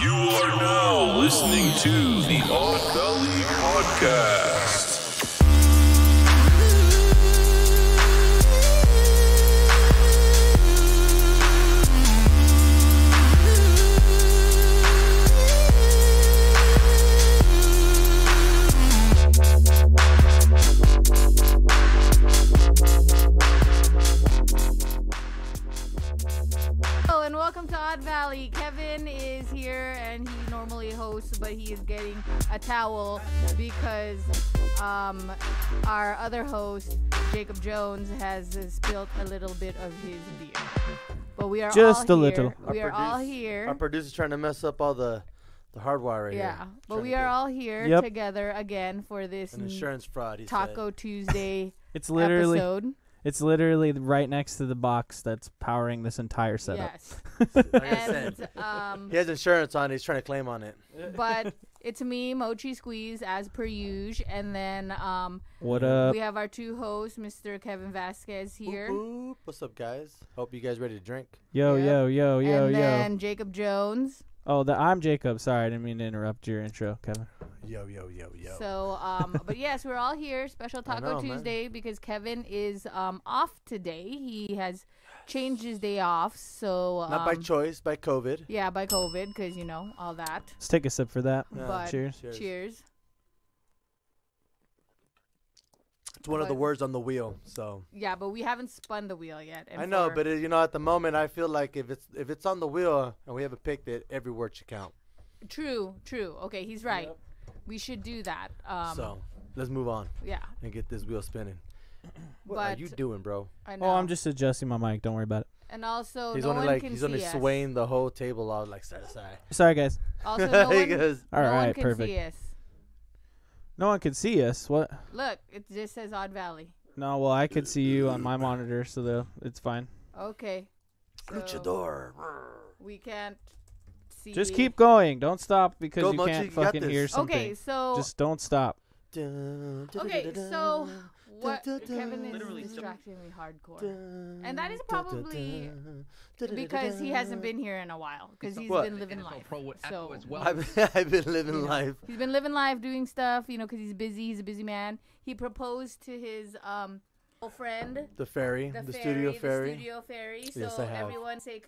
You are now listening to the Odd Belly Podcast. Hello Oh, and welcome to Odd Valley. Kevin is here and he normally hosts, but he is getting a towel because um, our other host, Jacob Jones, has uh, spilled a little bit of his beer. But we are Just all a little. here. We Our are all produce- here. Our producer's trying to mess up all the the hardwire right yeah, here. but Trying we to are get all here Yep. together again for this an insurance fraud. He Taco Tuesday It's literally episode. it's literally right next to the box that's powering this entire setup. Yes, Said. Like I and said, um, he has insurance on. it. He's trying to claim on it. but it's me, Mochi Squeeze, as per usual. And then um, What up? we have our two hosts, Mr. Kevin Vasquez Boop, here. boop. What's up, guys? Hope you guys ready to drink. Yo, Yeah. yo, yo, yo, and yo. then Jacob Jones. oh, the, I'm Jacob. Sorry, I didn't mean to interrupt your intro, Kevin. Yo, yo, yo, yo. So, um, but yes, we're all here. Special I Taco know, man. Tuesday because Kevin is um, off today. He has changed his day off. So, um, Not by choice, by COVID. yeah, by COVID, because you know all that. Let's take a sip for that. Yeah. but cheers. cheers. Cheers. It's one of the but- words on the wheel. So Yeah, but we haven't spun the wheel yet. and I know, for- but it, you know, at the moment, I feel like if it's if it's on the wheel and we haven't picked it, every word should count. true, true. Okay, he's right. Yep. We should do that. Um, so let's move on yeah, and get this wheel spinning. What are But- you doing, bro? I know. Oh, I'm just adjusting my mic. Don't worry about it. And also, He's no only one like can he's see only us. swaying the whole table out like side to side. Sorry, guys. Also, no one, He goes, All no right, one can perfect. see us. No one could see us. What? Look, it just says Odd Valley. No, well, I could see you on my monitor, so though it's fine. Okay. so Luchador. We can't see. Just keep going. Don't stop because Go, you Mochi, can't you got fucking this. hear Okay, something. Okay, so Just don't stop. Dun, dun, okay, dun, dun, so what? dun, dun, Kevin is Literally distracting me hardcore dun, And that is dun, probably dun, dun, dun, because he dun, hasn't dun. been here in a while because he's What? been living NFL life. Pro would echo So as well. I've, I've been living life. he's been living life, doing stuff, you know, because he's busy. He's a busy man. He proposed to his um girlfriend. The fairy, the, the, fairy, studio the fairy. studio fairy. So Yes, I have. everyone say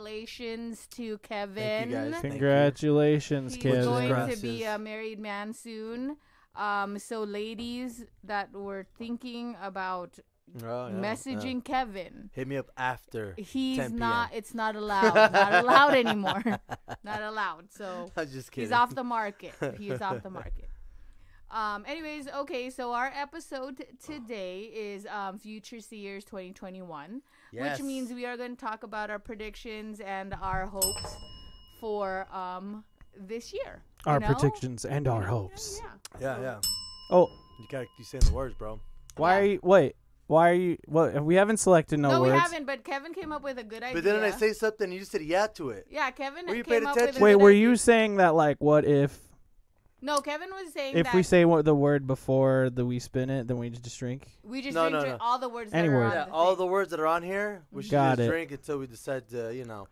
congratulations to Kevin. Thank you guys. Thank you. Congratulations, He's Kevin. going to Congrats, be yes. a married man soon. Um, so ladies that were thinking about Oh, yeah, yeah. messaging Kevin, Hit me up after. he's 10 p.m. not. It's not allowed. not allowed anymore. not allowed. So I'm just kidding. he's off the market. He's off the market. Um, anyways, okay, so our episode today is um, Future Seers 2021, Yes. which means we are going to talk about our predictions and our hopes for um, this year. you our know? predictions and our hopes. Yeah. Yeah, yeah. Oh, You gotta keep saying the words, bro. why are you? Wait, why are you? What? We haven't selected no, No, words. we haven't, but Kevin came up with a good idea. But then I say something, you just said yeah to it. Yeah, Kevin Were you came paid up with a attention? Wait, good were idea. you saying that like, what if? No, Kevin was saying If that we say what the word before the we spin it, then we just drink. we just No, didn't no, drink no. all the words Any that are word. on Yeah, the all thing. the words that are on here, we should Got just it. drink until we decide to, you know.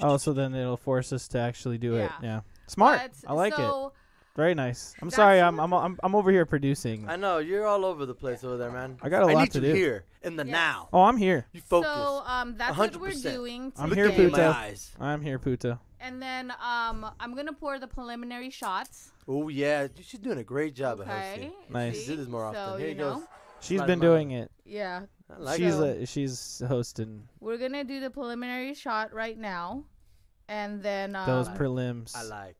Oh, so then it'll force us to actually do it. Yeah. Yeah, smart. But- I like so, it. Very nice. I'm that's sorry. I'm, what- I'm I'm I'm over here producing. I know you're all over the place over there, man. I got a lot need to you do. here in the Yes. now. Oh, I'm here. You focus. So um, that's what we're 100%. doing today. I'm Look here, at me in my Puto. eyes. I'm here, Puto. And then um, I'm gonna pour the preliminary shots. Oh yeah, you- she's doing a great job at Okay. hosting. Nice. She did this more So, often. you Here you know. go. She's Smart been mom. doing it. Yeah, I like she's it. it. a, she's hosting we're gonna do the preliminary shot right now, and then um, those prelims. I like.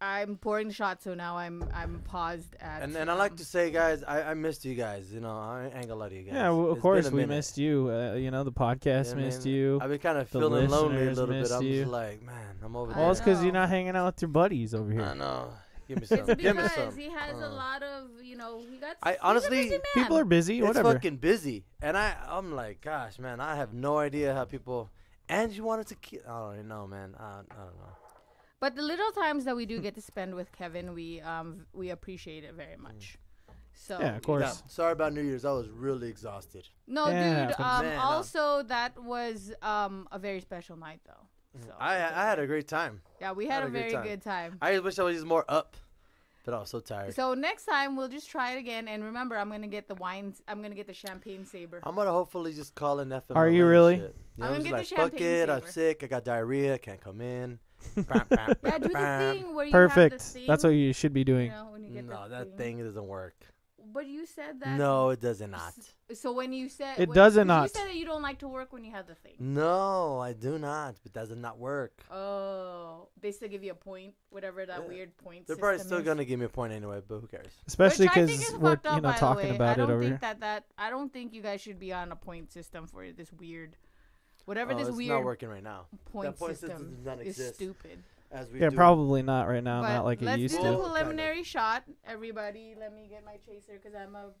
I'm pouring the shot. So now I'm I'm paused at. And and I like to say, guys, I, I missed you guys. You know, I ain't gonna lie to you guys. Yeah, well, It's of been course a we minute. missed you. Uh, you know, the podcast Yeah, missed man. you. I've been kind of The feeling lonely a listeners little bit. missed I'm you. just like, man, I'm over Well, it's there. because you're know. not hanging out with your buddies over I here. know. Give me It's some. Give me because some. he has a Uh, lot of you know he got. I he's a honestly- busy man. People are busy. It's Whatever. fucking busy, and I I'm like, gosh, man, I have no idea how people. And you wanted to kill. I don't even know, man. I, I don't know. But the little times that we do get to spend with Kevin, we um we appreciate it very much. Mm. So yeah, of Yeah, course. sorry about New Year's. I was really exhausted. No, Yeah, dude. from- Um, Man, uh, also, that was um, a very special night, though. So Mm-hmm. Oh, I I had a great time. yeah, we had, had a, a good very time. good time. I wish I was just more up, but I was so tired. So next time we'll just try it again, and remember, I'm gonna get the wines. I'm gonna get the champagne saber. I'm gonna hopefully just call an FM. Are you really? I'm gonna I'm, get just the like, fuck champagne it. I'm saver." sick. I got diarrhea. Can't come in. Bam, bam, yeah, bam, do the bam. thing where you Perfect. Have the thing, That's what you should be you doing. know, when you get No, the that thing doesn't work. But you said that. no, it does not. So when you said It when- does it 'cause You not. said that you don't like to work when you have the thing. No, I do not. But that does not work. Oh, they still give you a point, whatever that Yeah. weird point. They're probably system still is. gonna give me a point anyway. But who cares? Especially Which I think because is we're fucked up, you know by the talking way. about I it don't over think here. that that I don't think you guys should be on a point system for this weird, whatever Oh, this it's weird not working right now. point, point system, system does not is exist. stupid. As we Yeah, do. probably not right now. but Not like let's it used do to. the Well, kind of. preliminary shot, everybody. Let me get my chaser because I'm a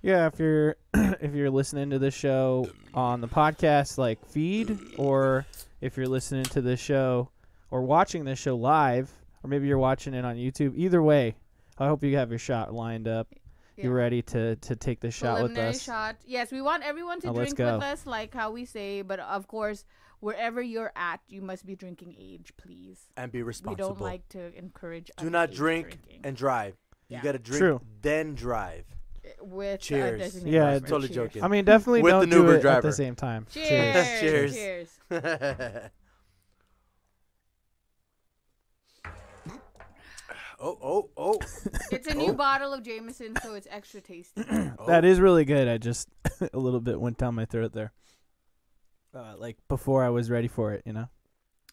Yeah, if you're if you're listening to this show on the podcast like feed, or if you're listening to this show or watching this show live, or maybe you're watching it on YouTube. Either way, I hope you have your shot lined up. Yeah. You're ready to to take the shot with preliminary us. shot. Yes, we want everyone to Now let's drink with go. us, like how we say. But of course, wherever you're at, you must be drinking age, please. and be We responsible. don't like to encourage. do not underage drink drinking. and drive. Yeah. You gotta drink True. then drive. Eh, with a Cheers. designated Yeah, driver. it's totally Cheers. joking. I mean, definitely With don't an do Uber it at driver. the same time. Cheers. Cheers. Cheers. Cheers. oh, oh, oh. It's a new bottle of Jameson, so it's extra tasty. Oh. That is really good. I just a little bit went down my throat there. Uh, like before I was ready for it, you know.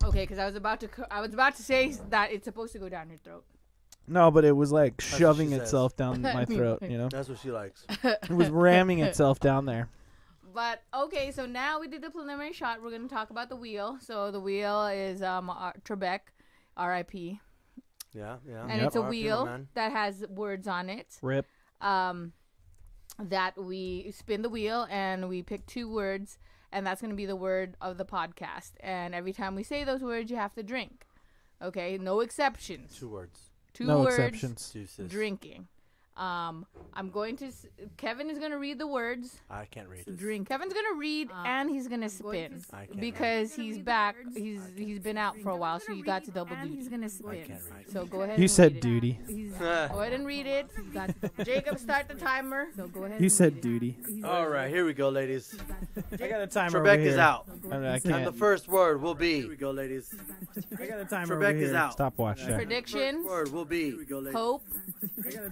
Okay, because I was about to, co- I was about to say that it's supposed to go down your throat. No, but it was like what shoving she says. itself down my throat, you know. That's what she likes. It was ramming itself down there. But okay, so now we did the preliminary shot. We're gonna talk about the wheel. So the wheel is um our, Trebek, R.I.P. Yeah, yeah. And it's a R.I.P., my wheel man. that has words on it. Rip. Um, that we spin the wheel and we pick two words, and that's gonna be the word of the podcast. And every time we say those words, you have to drink. Okay, no exceptions. Two words. Two no words. exceptions. Juices. Drinking. Um, I'm going to. s- Kevin is gonna read the words. I can't read. drink. Kevin's gonna read and he's gonna Um, going spin to I can't because Gonna he's read the back. words. He's he's been out for a while, so you got to double and duty. he's gonna read. I spin. can't read. So go ahead. You and said read it. duty. Ah. Go ahead and read it. You got to double- Jacob, start the timer. So go ahead. You and said read it. duty. He's All right, here we go, ladies. I got a timer Trebek is out. I, mean, I And the can't. first word will be. Here we go, ladies. I got a timer Trebek is out. Stopwatch. there. Predictions. Word will be. Here we go, ladies. Hope. Fuck.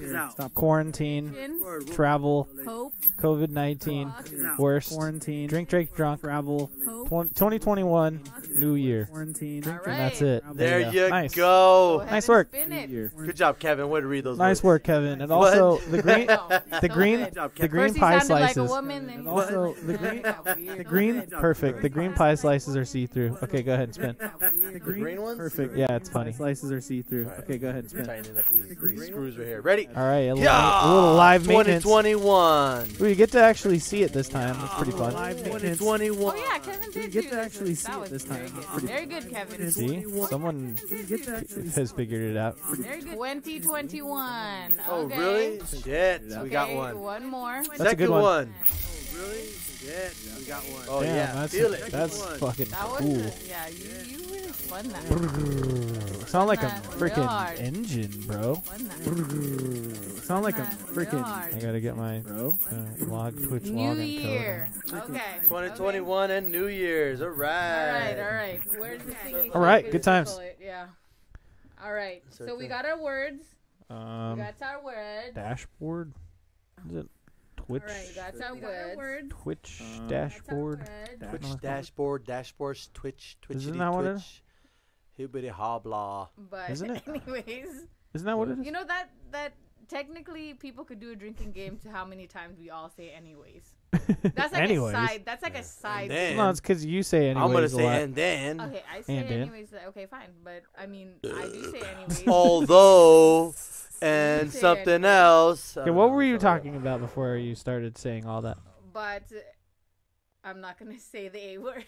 Fuck. Stop. Quarantine. Predictions. Word will Travel. Hope. COVID 19. Worst. Quarantine. Drink, drink, drunk. Travel. Hope. Twen- 2021. New year. Quarantine. And that's it. There you you go. Nice. Go go. ahead Nice and work. Spin it. Good job, Kevin. Way to read those. Nice work, words. Kevin. And What? also the green, No, the so green, good. job, the Kevin. green First he pie sounded slices. like a woman, then he also sounded the like green- a weird The woman. green, Good job, perfect. Kevin. The green pie slices are see through. Okay, go ahead and spin. The green green ones? Perfect. Yeah, it's funny. Slices are see through. Alright. Okay, go ahead and spin. Tightening up these screws right here. Ready? All right, a little, Yeah. a little live maintenance. 2021. Ooh, you get to actually see it this time. That's pretty fun. 2021. Oh yeah, Kevin get did do to this. actually see That it was this very time. good. Very good, Kevin. See, someone get to actually has figured it out. Very good. 2021. Oh, okay. really? Shit, we got Okay, one. One more. That's a Second good one. Really? Shit, we got one. Oh, Damn, yeah. that's Feel it. that's Second one. fucking That was cool. a, yeah, you, you really spun that. Sound like a that real hard. freaking engine, bro. Spun that. Sound like a Real freaking hard. I gotta get my uh, log Twitch New log year. Okay. 2021 and New Year's. All All right. right, all right. Where's the thing? we All right, can good times. circle it? Yeah. All right. So Circle. we got our words. encode. We Um, got our words. dashboard. Is it Twitch? All right, we got our Word. words. Twitch Uh, dashboard. That's Da- Um, Twitch no, that's not- dashboard, dashboards, Twitch, Twitch, Isn't that what it Twitch. Hibbity hobla. But Isn't it? anyways, Isn't that what it is? you know that that technically people could do a drinking game to how many times we all say anyways. That's like Anyways. a side. That's like a side. then- No, it's because you say anyways I'm going to a say, lot. and then. Okay, I say And Dan. anyways. like, Okay, fine. But I mean, I do say anyways. Oh. Although, and Say it. something else. I Okay, don't what know, were you so- talking about before you started saying all that? But I'm not gonna say the A word.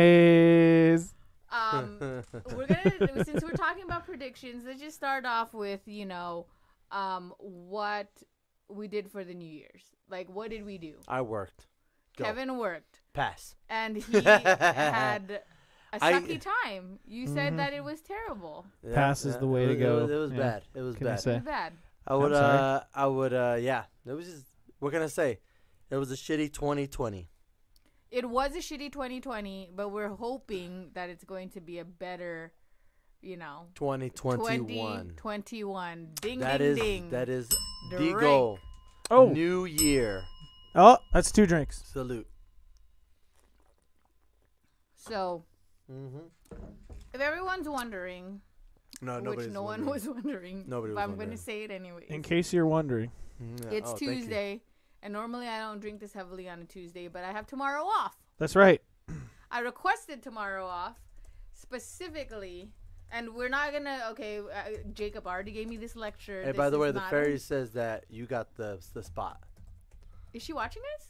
Anyways, Um, we're gonna since we're talking about predictions, let's just start off with you know, um, what we did for the New Year's. Like, what did we do? I worked. Go. Kevin worked. Pass. and he had a I- Mm-hmm. sucky time. You said that it was terrible. Yeah, Pass is yeah, the way it to was- It go. was, it was Yeah. bad. It was Can you bad. say? Bad. I would. I'm sorry. Uh, I would. Uh, yeah. It was just. We're gonna say, it was a shitty 2020. It was a shitty 2020, but we're hoping that it's going to be a better, you know, 2021. 2021. Ding That ding is. ding. That is the Drink. goal. Oh, New year. oh, that's two drinks. Salute. so, Mm-hmm. if everyone's wondering, No, which no one was wondering, Oh, Nobody but was I'm going wondering. to Oh, say it anyway. In case you're wondering, It's Tuesday, and normally I don't drink this heavily on a Tuesday, but I have tomorrow off. that's right. I requested tomorrow off specifically, and we're not gonna. Okay, uh, Jacob already gave me this lecture. And This by the is way, the not a- fairy says that you got the the spot. is she watching us?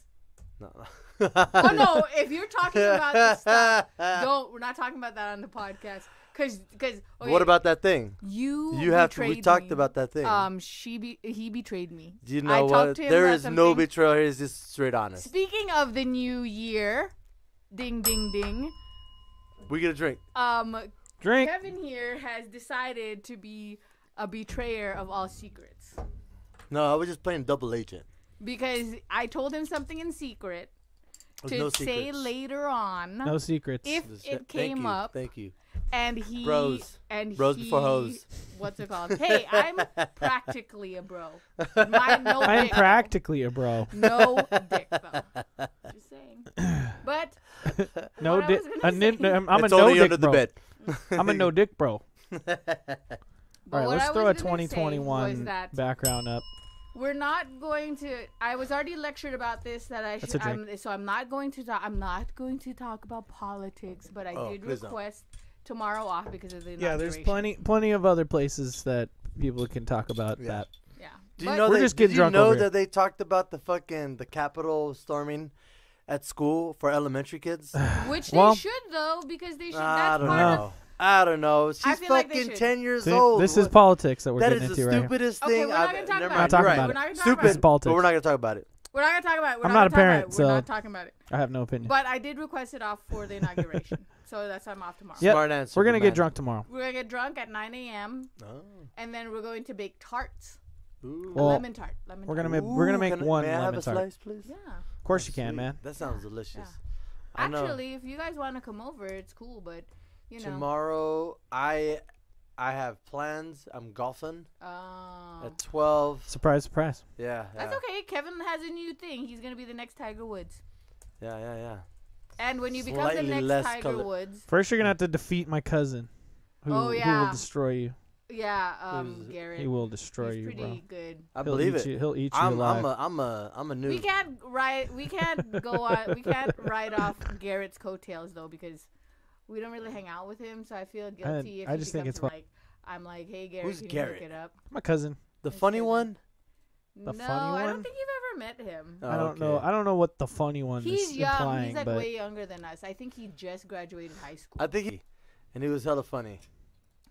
No. Oh no! if you're talking about this stuff, don't. We're not talking about that on the podcast. Cause, cause. Okay, What about that thing? you? You have to. We betrayed talked me. about that thing. Um, she be he betrayed me. Do you I know talked what? to him There about is no something. betrayal. It's just straight honest. Speaking of the new year, ding ding ding. We get a drink. Um, Drink. Kevin here has decided to be a betrayer of all secrets No, I was just playing double agent. because I told him something in secret There's to no say secrets. later on No secrets. if Just- it thank came you, up Thank you. and he Bros. and Bros he, before hoes. What's it called? Hey, I'm practically a bro. My, no I'm dick. practically a bro. No dick though. Just saying. But No I dick. was gonna a nin- say. I'm, I'm a it's no only dick under the bro. bed. I'm a no dick bro. but All right, what let's I throw a was gonna say was 2021 that background up. we're not going to. I was already lectured about this that I That's should. a drink. I'm, so I'm not going to talk. I'm not going to talk about politics. But I Oh, did please don't. request tomorrow off because of the Yeah, there's inauguration. plenty plenty of other places that people can talk about Yeah. that. Yeah. Do you But- know We're that, just did getting you drunk know over that here. they talked about the fucking the Capitol storming at school for elementary kids? I which they Well- should though because they should. that's don't part of- know. I don't know. She's feel like they fucking should. ten years See, old. this is What- politics that we're That getting is the into right here. stupidest Okay, thing. we're not I've gonna talk never about it. We're not Right. gonna talk Stupid, about it. Politics. But we're not gonna talk about it. We're not gonna talk about it. We're I'm not not a gonna parent, talk about it. We're not so- talking about it. I have no opinion. But I did request it off for the inauguration, so that's why I'm off tomorrow. Yep. Smart answer. We're gonna good get drunk tomorrow. We're gonna get drunk at 9 a.m. man. and then we're going to bake tarts, Oh. Ooh. A Well, lemon tart. Lemon we're tart. gonna make we're gonna Ooh, make can I- one may I have lemon a tart. slice, please? Yeah. Of course you can, Sweet. man. That sounds delicious. I know. Actually, if you guys want to come over, it's cool, but you know. tomorrow I I have plans. I'm golfing Oh. at twelve. Surprise, surprise. Yeah, yeah, That's okay. Kevin has a new thing. He's gonna be the next Tiger Woods. yeah, yeah, yeah. And when you become Slightly the next less Tiger color- Woods, First, you're gonna have to defeat my cousin, who, Oh, who yeah. will destroy you. yeah, um, Who's- Garrett, He will destroy he's you, pretty bro. good. I He'll believe eat it. you. He'll eat you I'm, alive. I'm a I'm a I'm a noob. We can't ride. We can't go on. We can't ride off Garrett's coattails though because we don't really hang out with him. So I feel guilty if I he just think becomes it's fu- like I'm like, hey Garrett, Who's can you Garrett? pick it up? my cousin. the funny Steven. one. The no, funny I one? don't think you've ever met him. Oh, I don't know. okay. I don't know what the funny one He's is young. implying, He's like but way younger than us. I think he just graduated high school. I think he, and he was hella funny.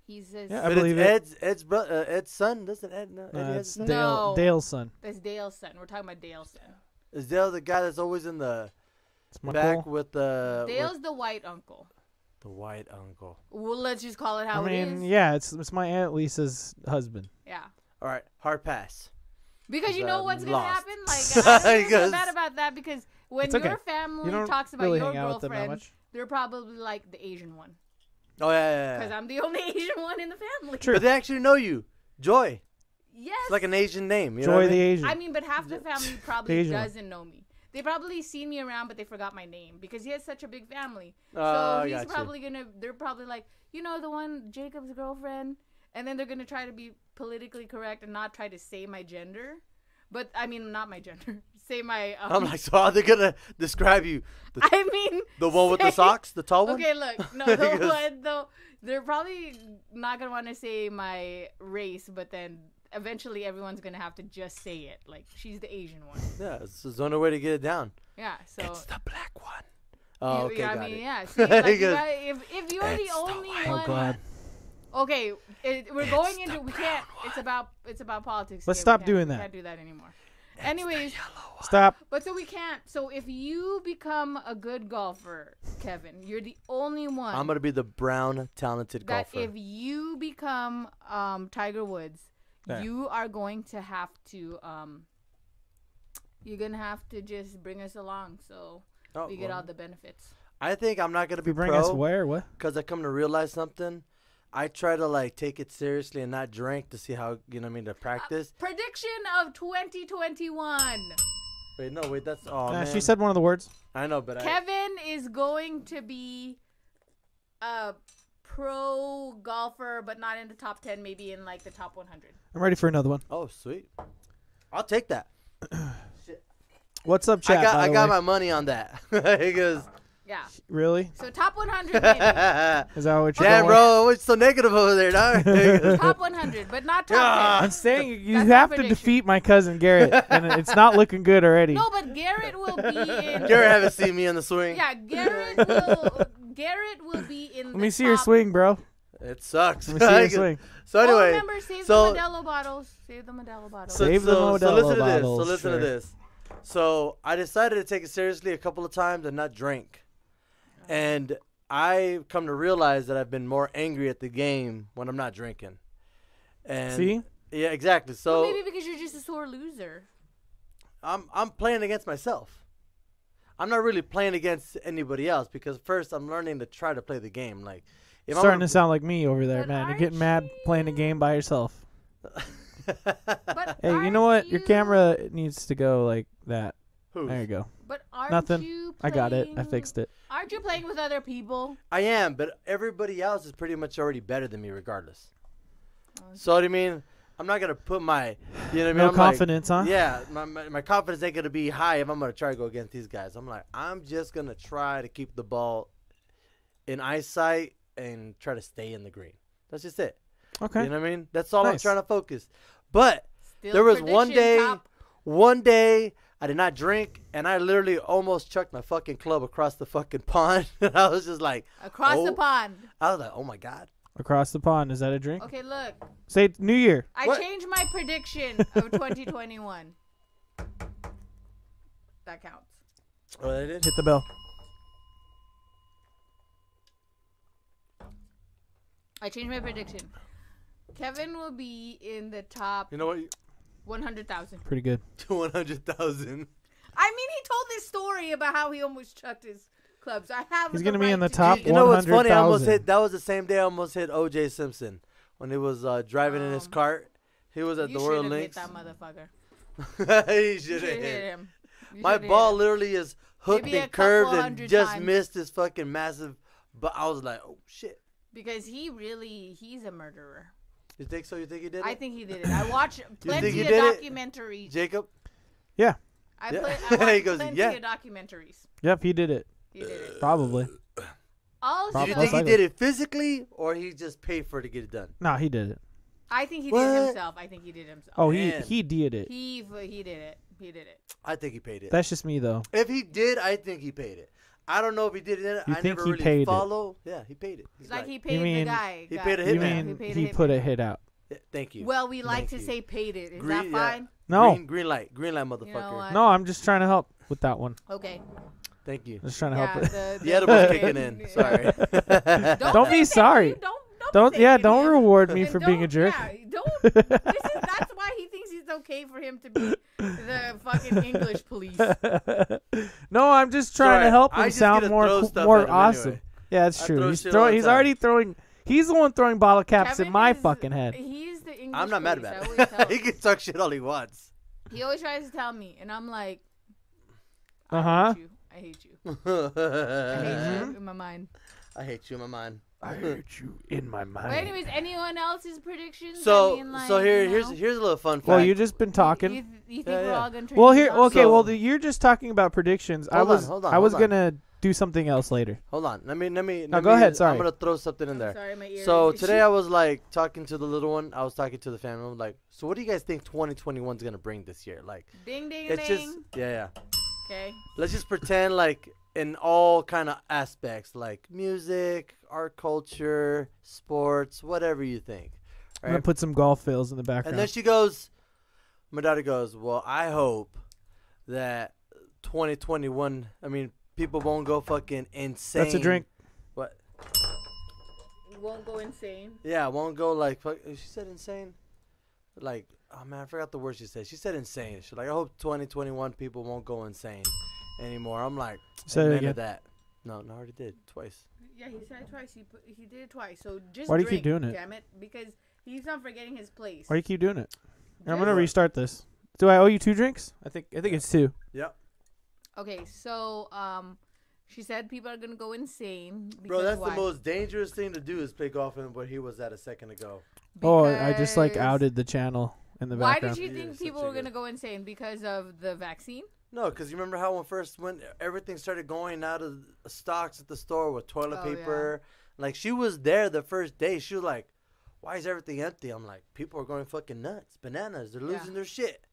He's a, Yeah, I But believe it. it's Ed's Ed's bro, uh, Ed's son. Doesn't Ed? No, Eddie uh, has it's a son? Dale, No. Dale's son. that's Dale's son. We're talking about Dale's son. Is Dale the guy that's always in the It's my back uncle. with uh, the with Dale's the white uncle. the white uncle? Well, let's just call it how I mean, it is. yeah, it's it's my aunt Lisa's husband. Yeah. All right, hard pass. Because you know Uh, what's gonna lost. happen. Like I don't even feel Because- bad about that because when It's okay. your family You don't talks about really your hang out with them that girlfriend, much. they're probably like the Asian one Oh yeah, yeah, yeah. because I'm the only Asian one in the family. True. But they actually know you, Joy. Yes. It's like an Asian name. You know Joy what I the mean? Asian. I mean, but half the family probably Asian one. doesn't know me. They probably seen me around, but they forgot my name because he has such a big family. Oh, so he's gotcha. probably gonna. They're probably like, you know, the one Jacob's girlfriend, and then they're gonna try to be politically correct and not try to say my gender. But I mean, not my gender. Say my. Um, I'm like, so are they gonna describe you? The, I mean, the one with the say- socks, the tall one. Okay, look, no, the Because- one though they're probably not gonna want to say my race, but then eventually everyone's gonna have to just say it. Like she's the Asian one. Yeah, it's, it's the only way to get it down. Yeah, so It's the black one. Oh, You- okay, yeah, got I mean, it. yeah. See, like, you Because- gotta- if, if you're the It's the only white one, oh God, okay, it, we're going the into we brown can't. one. It's about it's about politics. here. Let's We stop can't- doing we that. Can't do that anymore. Anyways, Stop. but so we can't. So if you become a good golfer, Kevin, you're the only one I'm gonna be the brown talented that golfer. if you become um, Tiger Woods, There. you are going to have to. Um, you're gonna have to just bring us along so Oh, we get well, all the benefits. I think I'm not gonna If you be bring us pro where? What? because I come to realize something. I try to like take it seriously and not drink to see how you know what I mean to practice. Prediction of 2021. Wait, no, wait, that's oh Nah, man. she said one of the words. I know, but I, Kevin is going to be a pro golfer, but not in the top 10, maybe in like the top 100. I'm ready for another one. oh sweet, I'll take that. What's up, chat? I got by I the got way? my money on that. he goes, Yeah. Really? So top 100, maybe. Is that what you're damn, going? bro, what's so negative over there, dog? He goes, top 100, but not top Yeah. 10. I'm saying you- you That's my have to prediction. defeat my cousin Garrett, and it's not looking good already. No, but Garrett will be in. You ever haven't seen me on the swing? Yeah, Garrett will. Garrett will be in. Let me see your swing, bro. It sucks. Let me see your He goes- swing. So oh, anyway, remember, save so- the Modelo bottles. Save the Modelo bottles. so, Save the so, so Modelo listen to this. So bottles, listen sure. to this. So I decided to take it seriously a couple of times and not drink, and I come to realize that I've been more angry at the game when I'm not drinking. And See? Yeah, exactly. So Well, maybe because you're just a sore loser. I'm I'm playing against myself. I'm not really playing against anybody else because first I'm learning to try to play the game. Like if Starting I'm to sound like me over there, But man. You're getting mad Archie- playing a game by yourself. But Hey, you know aren't what? Your you- camera needs to go like that. Who's? There you go. But aren't Nothing. You I got it. I playing- fixed it. Aren't you playing with other people? I am, but everybody else is pretty much already better than me, regardless. So what I mean, I'm not gonna put my, you know, what I mean, No I'm like- confidence, huh? Yeah, my, my my confidence ain't gonna be high if I'm gonna try to go against these guys. I'm like, I'm just gonna try to keep the ball in eyesight and try to stay in the green. That's just it. Okay. You know what I mean? That's all Nice. I'm trying to focus. But Still there was one prediction day, top. one day I did not drink, and I literally almost chucked my fucking club across the fucking pond. And I was just like, across the oh. pond. I was like, oh my god. Across the pond. Is that a drink? Okay, look, Say it's New Year. I What? changed my prediction of 2021. That counts. Well, I did. Hit the bell. I changed my prediction. Kevin will be in the top You know what? 100,000. Pretty good. One hundred thousand. I mean, he told this story about how he almost chucked his clubs. I have. He's going gonna to be in the do top this. You know what's funny? I almost 100,000. hit. That was the same day I almost hit O.J. Simpson when he was uh, driving in his Um, cart. He was at You the should World have hit Links. that motherfucker. he You should should have have hit hit. him. You My shoulda hit ball him. literally is hooked Maybe a and couple curved and hundred just times. missed this fucking massive. But I was like, oh shit. because he really he's a murderer. You think so? You think he did it? I think he did it. I watch think plenty he of did it? documentaries. Jacob. Yeah. I, Yeah. play, I He watch goes, plenty "Yeah." of documentaries. Yep, he did it. He did it. Probably. Also, Bob Do you Most think he likely. did it physically, or he just paid for it to get it done? No, he did it. I think he did What? it himself. I think he did it himself. Oh, Man. he he did it. He he did it. He did it. I think he paid it. That's just me though. if he did, I think he paid it. I don't know if he did it. You I think never he really paid it? follow. Yeah, he paid it. He's Like he paid the mean- guy. He guy. paid a You hitman. mean paid a he hitman. put a hit out? Yeah, Thank you. Well, we like Thank to you. say paid it. Is Green- that fine? No, Green, green light. Green light, motherfucker. what? no, I'm just trying to help with that one. Okay. Thank you. Just trying to Yeah, help it. the, The edible's the- kicking in. Sorry. Don't say be thank sorry. you. Don't don't, Don't say yeah, thank don't you. reward me And for being a don't- jerk. Yeah, don't. This is, that's why he thinks it's okay for him to be the fucking English police. no, I'm just trying to Sorry, help I him just sound get to more throw cool- stuff at more him awesome. anyway. Yeah, that's I true. throw He's shit all throwing. the He's time. already throwing. He's the one throwing bottle caps Kevin in my is- fucking head. He's the English. I'm not mad police. about I always tell it. he him. can talk shit all he wants. He always tries to tell me, and I'm like, I Uh huh. hate you. I hate you. I hate I you in my mind. hate you, my man. I hurt you in my mind. But anyways, anyone else's predictions? I So, mean, like, so here, you here's know, here's a little fun fact. well, you just been talking. You, you think Yeah, we're yeah. all gonna turn well, into here. zombies? Okay. So- well, the, you're just talking about predictions. I Hold on, was. hold on, I was hold on. gonna do something else later. Hold on. Let me let me. No, let go me- ahead, sorry. I'm gonna throw something in I'm there. sorry, my ear So is today I was like talking to the little one. I was talking to the family. I'm like, so what do you guys think 2021 is gonna bring this year? Like, ding ding it's ding. just yeah, yeah. okay. let's just pretend like in all kind of aspects like music art culture sports whatever you think I'm gonna Right. put some golf fails in the background. and then she goes My daughter goes, Well, I hope that 2021, I mean, people won't go fucking insane. That's a drink. What? Won't go insane. Yeah, won't go like, fuck, she said insane? Like, oh man, I forgot the word she said. She said insane. She's like, I hope 2021 people won't go insane anymore. I'm like, Say it Amen to again. that. No, no, I already did twice. Yeah, he said it twice. He put, he did it twice. So just Why do you drink, keep doing it? Damn it, because he's not forgetting his place. Why do you keep doing it? Here, I'm Just- gonna restart this. Do I owe you two drinks? I think I think it's two. Yep. Okay, so um, she said people are gonna go insane. Bro, because that's why? the most dangerous thing to do is play golf in where he was at a second ago. Oh, I just like Because- outed the channel in the Why background. did you Yeah, think such people a were good- gonna go insane because of the vaccine? No, because you remember how when first when everything started going out of stocks at the store with toilet Oh, yeah. paper, like she was there the first day. She was like, "Why is everything empty?" I'm like, "People are going fucking nuts. Bananas. They're Yeah. losing their shit."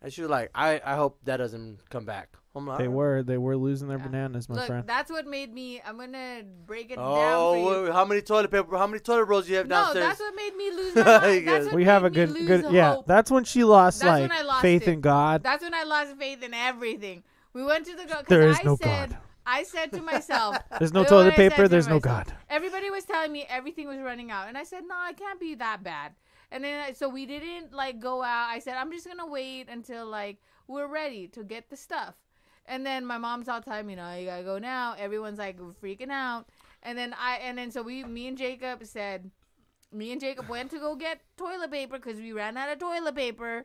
And she was like, "I I hope that doesn't come back." I'm like, "Oh, They were they were losing their Yeah. bananas, my Look, friend. that's what made me. I'm gonna break it down for "Oh, you. wait, wait, how many toilet paper? How many toilet rolls do you have no, downstairs?" uh, that's what made me lose. My mind. That's Yes. what we have made a me good lose good yeah. hope. That's when she lost That's when like I lost faith it. in God. That's when I lost faith in everything. We went to the go. 'cause There is I no said, God. I said to myself, There's no you know toilet what I said paper, to there's no myself? God. Everybody was telling me everything was running out, and I said, no, it can't be that bad. And then I, so we didn't like go out. I said, I'm just gonna wait until like we're ready to get the stuff. And then my mom's all telling me, no, you gotta go now. Everyone's like freaking out. And then I and then so we, me and Jacob said, me and Jacob went to go get toilet paper because we ran out of toilet paper,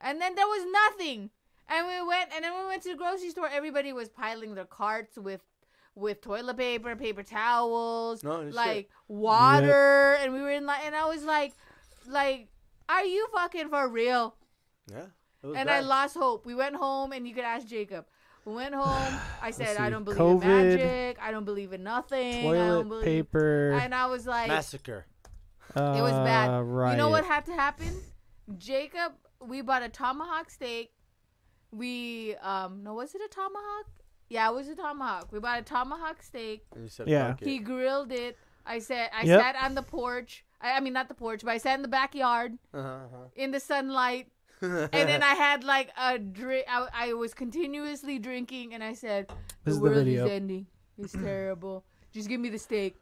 and then there was nothing. And we went, and then we went to the grocery store. Everybody was piling their carts with, with toilet paper, paper towels, No, it's like water, and we were in like, and I was like, like, are you fucking for real? yeah. it was And I bad. lost hope. We went home, and you could ask Jacob. We went home. I said, I see, don't believe COVID, in magic. I don't believe in nothing. I don't Toilet believe. paper. And I was like, massacre. it was bad. uh, You know what riot. had to happen? Jacob, we bought a tomahawk steak. We um no, was it a tomahawk? Yeah, it was a tomahawk. We bought a tomahawk steak. And you said, Yeah. "Fuck it." He grilled it. I said I Yep. sat on the porch. I, I mean not the porch, but I sat in the backyard Uh-huh, in the sunlight. uh-huh. And then I had like a drink. I, I was continuously drinking, and I said, This "The is the world video. is ending. It's terrible. Just give me the steak.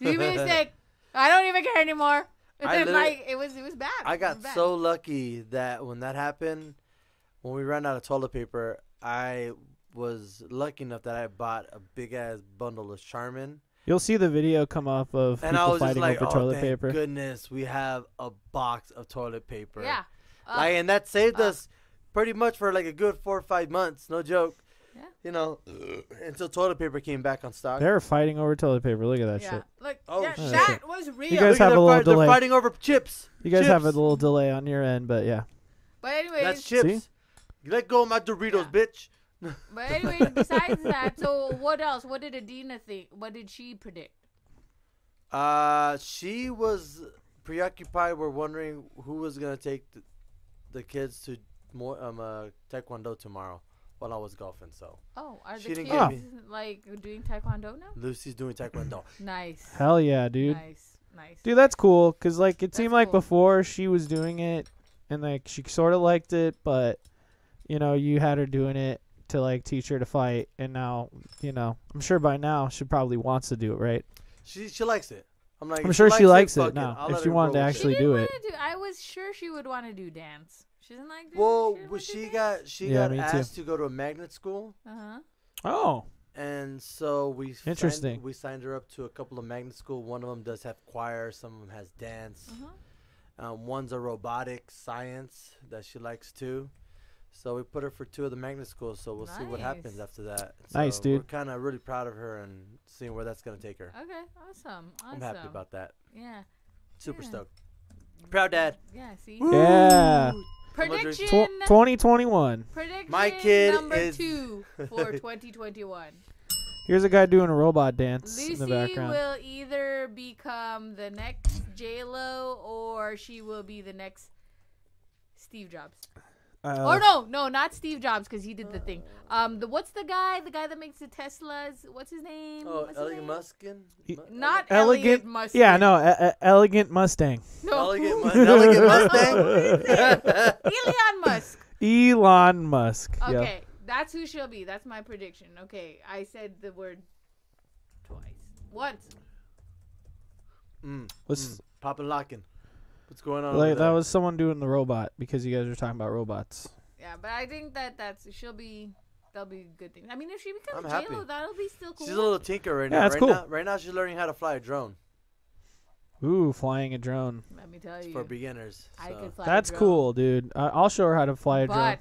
Just give me the steak. I don't even care anymore." I literally- like it was, it was bad. I It got was bad. so lucky that when that happened, when we ran out of toilet paper, I was lucky enough that I bought a big ass bundle of Charmin, You'll see the video come up of and I people was just fighting like, over "Oh, toilet thank paper. goodness, we have a box of toilet paper." Yeah. Uh, like, and that saved uh. us pretty much for like a good four or five months, no joke. Yeah. You know, until toilet paper came back on stock. They're fighting over toilet paper. Look at that yeah. shit. Look, Oh, yeah, shit. that was real. guys at have a they're little fight- They're delay. fighting over chips. You guys have a Chips. little delay on your end, but yeah. but anyways, That's chips. Let go of my Doritos, bitch. but anyways, besides that, so what else? What did Adina think? What did she predict? Uh, she was preoccupied. We're wondering who was gonna take the, the kids to more um uh, taekwondo tomorrow while I was golfing. So Oh, are the She didn't kids give like doing taekwondo now? Lucy's doing taekwondo. Nice, Hell yeah, dude. nice, nice. Dude, that's cool. Cause like it seemed That's like cool. before she was doing it, and like she sort of liked it, but you know you had her doing it to like teach her to fight, and now you know I'm sure by now she probably wants to do it, right? she she likes it. I'm like. I'm if sure she likes it fuck now. I'll If let she her wanted to roll with it. actually she do didn't it. wanna Do, I was sure she would want to do dance. She doesn't like. Well, didn't well, wanna do she dance? got she Yeah, got me too. asked to go to a magnet school, Uh-huh. Oh, and so we signed- Interesting. we signed her up to a couple of magnet school. One of them does have choir. Some of them has dance. Mhm. Um, one's a robotic science that she likes too. So we put her for two of the magnet schools. So we'll see what happens Nice. after that. Nice, So We're dude. kind of really proud of her and seeing where that's gonna take her. Okay. Awesome. Awesome. I'm happy about that. Yeah. Super Yeah. stoked. Proud dad. Yeah. See. yeah. gonna drink- Prediction. Tw- 2021. Prediction My kid number is- two for 2021. Here's a guy doing a robot dance in the Lucy background. will either become the next J Lo or she will be the next Steve Jobs. Uh, or no, no, not Steve Jobs because he did the thing. Uh. Um, the what's the guy? The guy that makes the Teslas? What's his name? Oh, What's his Elon name? Muskin. He- Mu- Not Elegant- Elliot Musk. Yeah, no, e- e- elegant Mustang. no. Elegant, mu- elegant Mustang. Elon Musk. Elon Musk. yeah. Okay, that's who she'll be. That's my prediction. Okay, I said the word twice. Once. mm, Let's, popping locking. What's going on? over like, that there? was someone doing the robot because you guys were talking about robots. Yeah, but I think that that's she'll be. That'll be good things. I mean, if she becomes I'm happy. J Lo, that'll be still cool. She's a little tinker right Yeah, now. that's right cool. now, right now she's learning how to fly a drone Ooh, flying a drone. Let me tell for you, beginners. I so. could fly. a That's drone, cool, dude. I- I'll show her how to fly a drone. But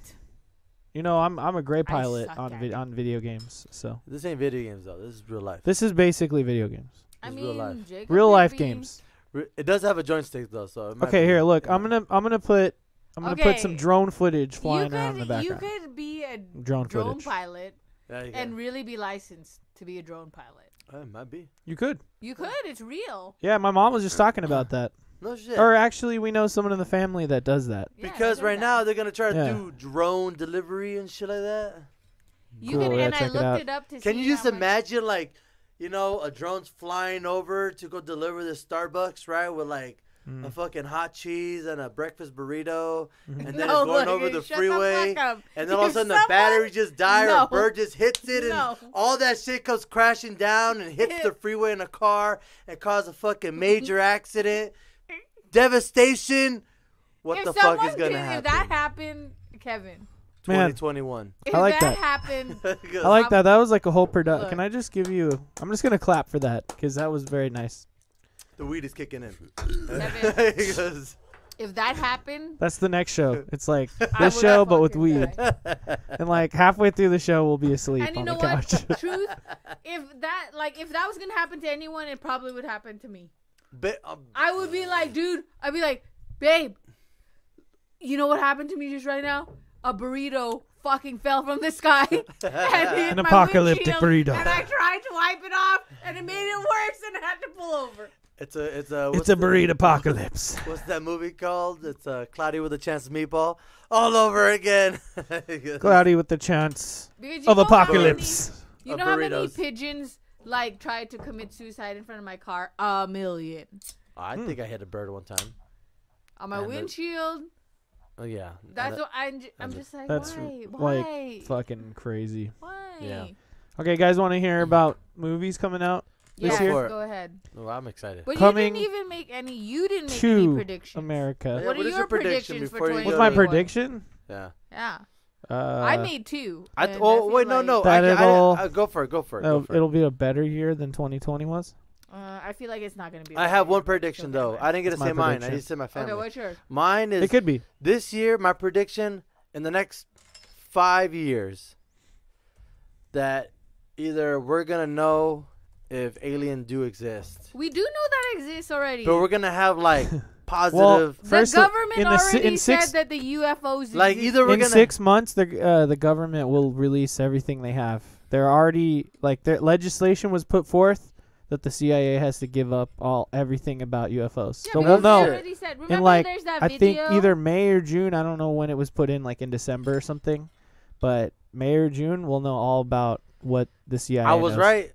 You know, I'm I'm a great I pilot suck on at vid- it. on video games. So This ain't video games though. This is real life. this is basically video games, I It's mean, real life. Jacob real could life be- games. Re- It does have a joystick though, so it might Okay, be- here, look. I'm gonna I'm gonna put I'm gonna put some Okay. drone footage You flying around in the could- background. You could be a drone drone footage. pilot There you go. and really be licensed to be a drone pilot. Oh, it might be. you could. You could. It's real. Yeah, my mom was just talking about that. No shit. Or actually, we know someone in the family that does that. Yeah, because look at right that. now they're gonna try to Yeah. do drone delivery and shit like that. you Cool, could. we gotta and I check it looked out. it, up to Can see you just how much- imagine like, you know, a drone's flying over to go deliver the Starbucks, right? With like Mm. a fucking hot cheese and a breakfast burrito, Mm-hmm. and then No, it's going Oh, look, over you the shut the freeway, fuck up. and then all of a If sudden the someone- battery just died or No. a bird just hits it, and No. all that shit comes crashing down and hits the freeway in a car and cause a fucking major accident, devastation. What if the fuck someone is gonna did- happen? If that happened, Kevin. Man. 2021. If like that, that. happened, I like that. That was like a whole Um, Look. product. Can I just give you? I'm just gonna clap for that because that was very nice. the weed is kicking in. Kevin, He goes, if that happened, That's the next show. It's like I this would show, but with fucking weed. oh die. And like halfway through the show, we'll be asleep And you on know the couch. what? Truth. If that, like, if that was gonna happen to anyone, it probably would happen to me. Bit- um, I would be like, dude, I'd be like, babe, you know what happened to me just right now? A burrito fucking fell from the sky. and hit my apocalyptic windshield, burrito. And I tried to wipe it off, and it made it worse, and I had to pull over. It's a it's a it's what's a the- burrito apocalypse. What's that movie called? It's uh, Cloudy with a Chance of Meatball, all over again. Cloudy with the chance Because you of know how apocalypse. many- you Of know how many burritos. pigeons like tried to commit suicide in front of my car? A million. I Hmm. think I hit a bird one time. On my And the- windshield. Oh yeah. And That's that- what I'm, ju- I'm just like, That's why? Why? like fucking crazy. why? Yeah. Okay, guys, want to Mm-hmm. hear about movies coming out? Yeah, This year- For- go ahead. Oh, I'm excited. But Coming you didn't even make any. You didn't make any to predictions. America. Yeah, What what are is your your prediction predictions for before you go What's 2021? to- my prediction? yeah. Yeah, Uh, I made two. I th- and oh feel wait, no, like- no. That I, can- I, it'll- I- go for it. Go for it. Go it'll, for oh, it'll it. be a better year than 2020 was. Uh, I feel like it's not gonna be. I have one prediction Okay, though. fine. I didn't get to That's my say mine. I prediction. need to say my Okay, family. what's yours? mine is It could be. this year. My prediction in the next five years that either we're gonna know if alien do exist, We do know that exists already. but we're gonna have like Well, positive. the first of- government in the si- already in six- said that the UFOs like exist. either we're in gonna six months, the uh, the government will release everything they have. They're already like their legislation was put forth that the CIA has to give up all everything about UFOs. Yeah, so because we'll they know already said- Remember, in like there's that I think video? either May or June. I don't know when it was put in, like in December or something, but May or June, we'll know all about what the CIA. I was knows. right.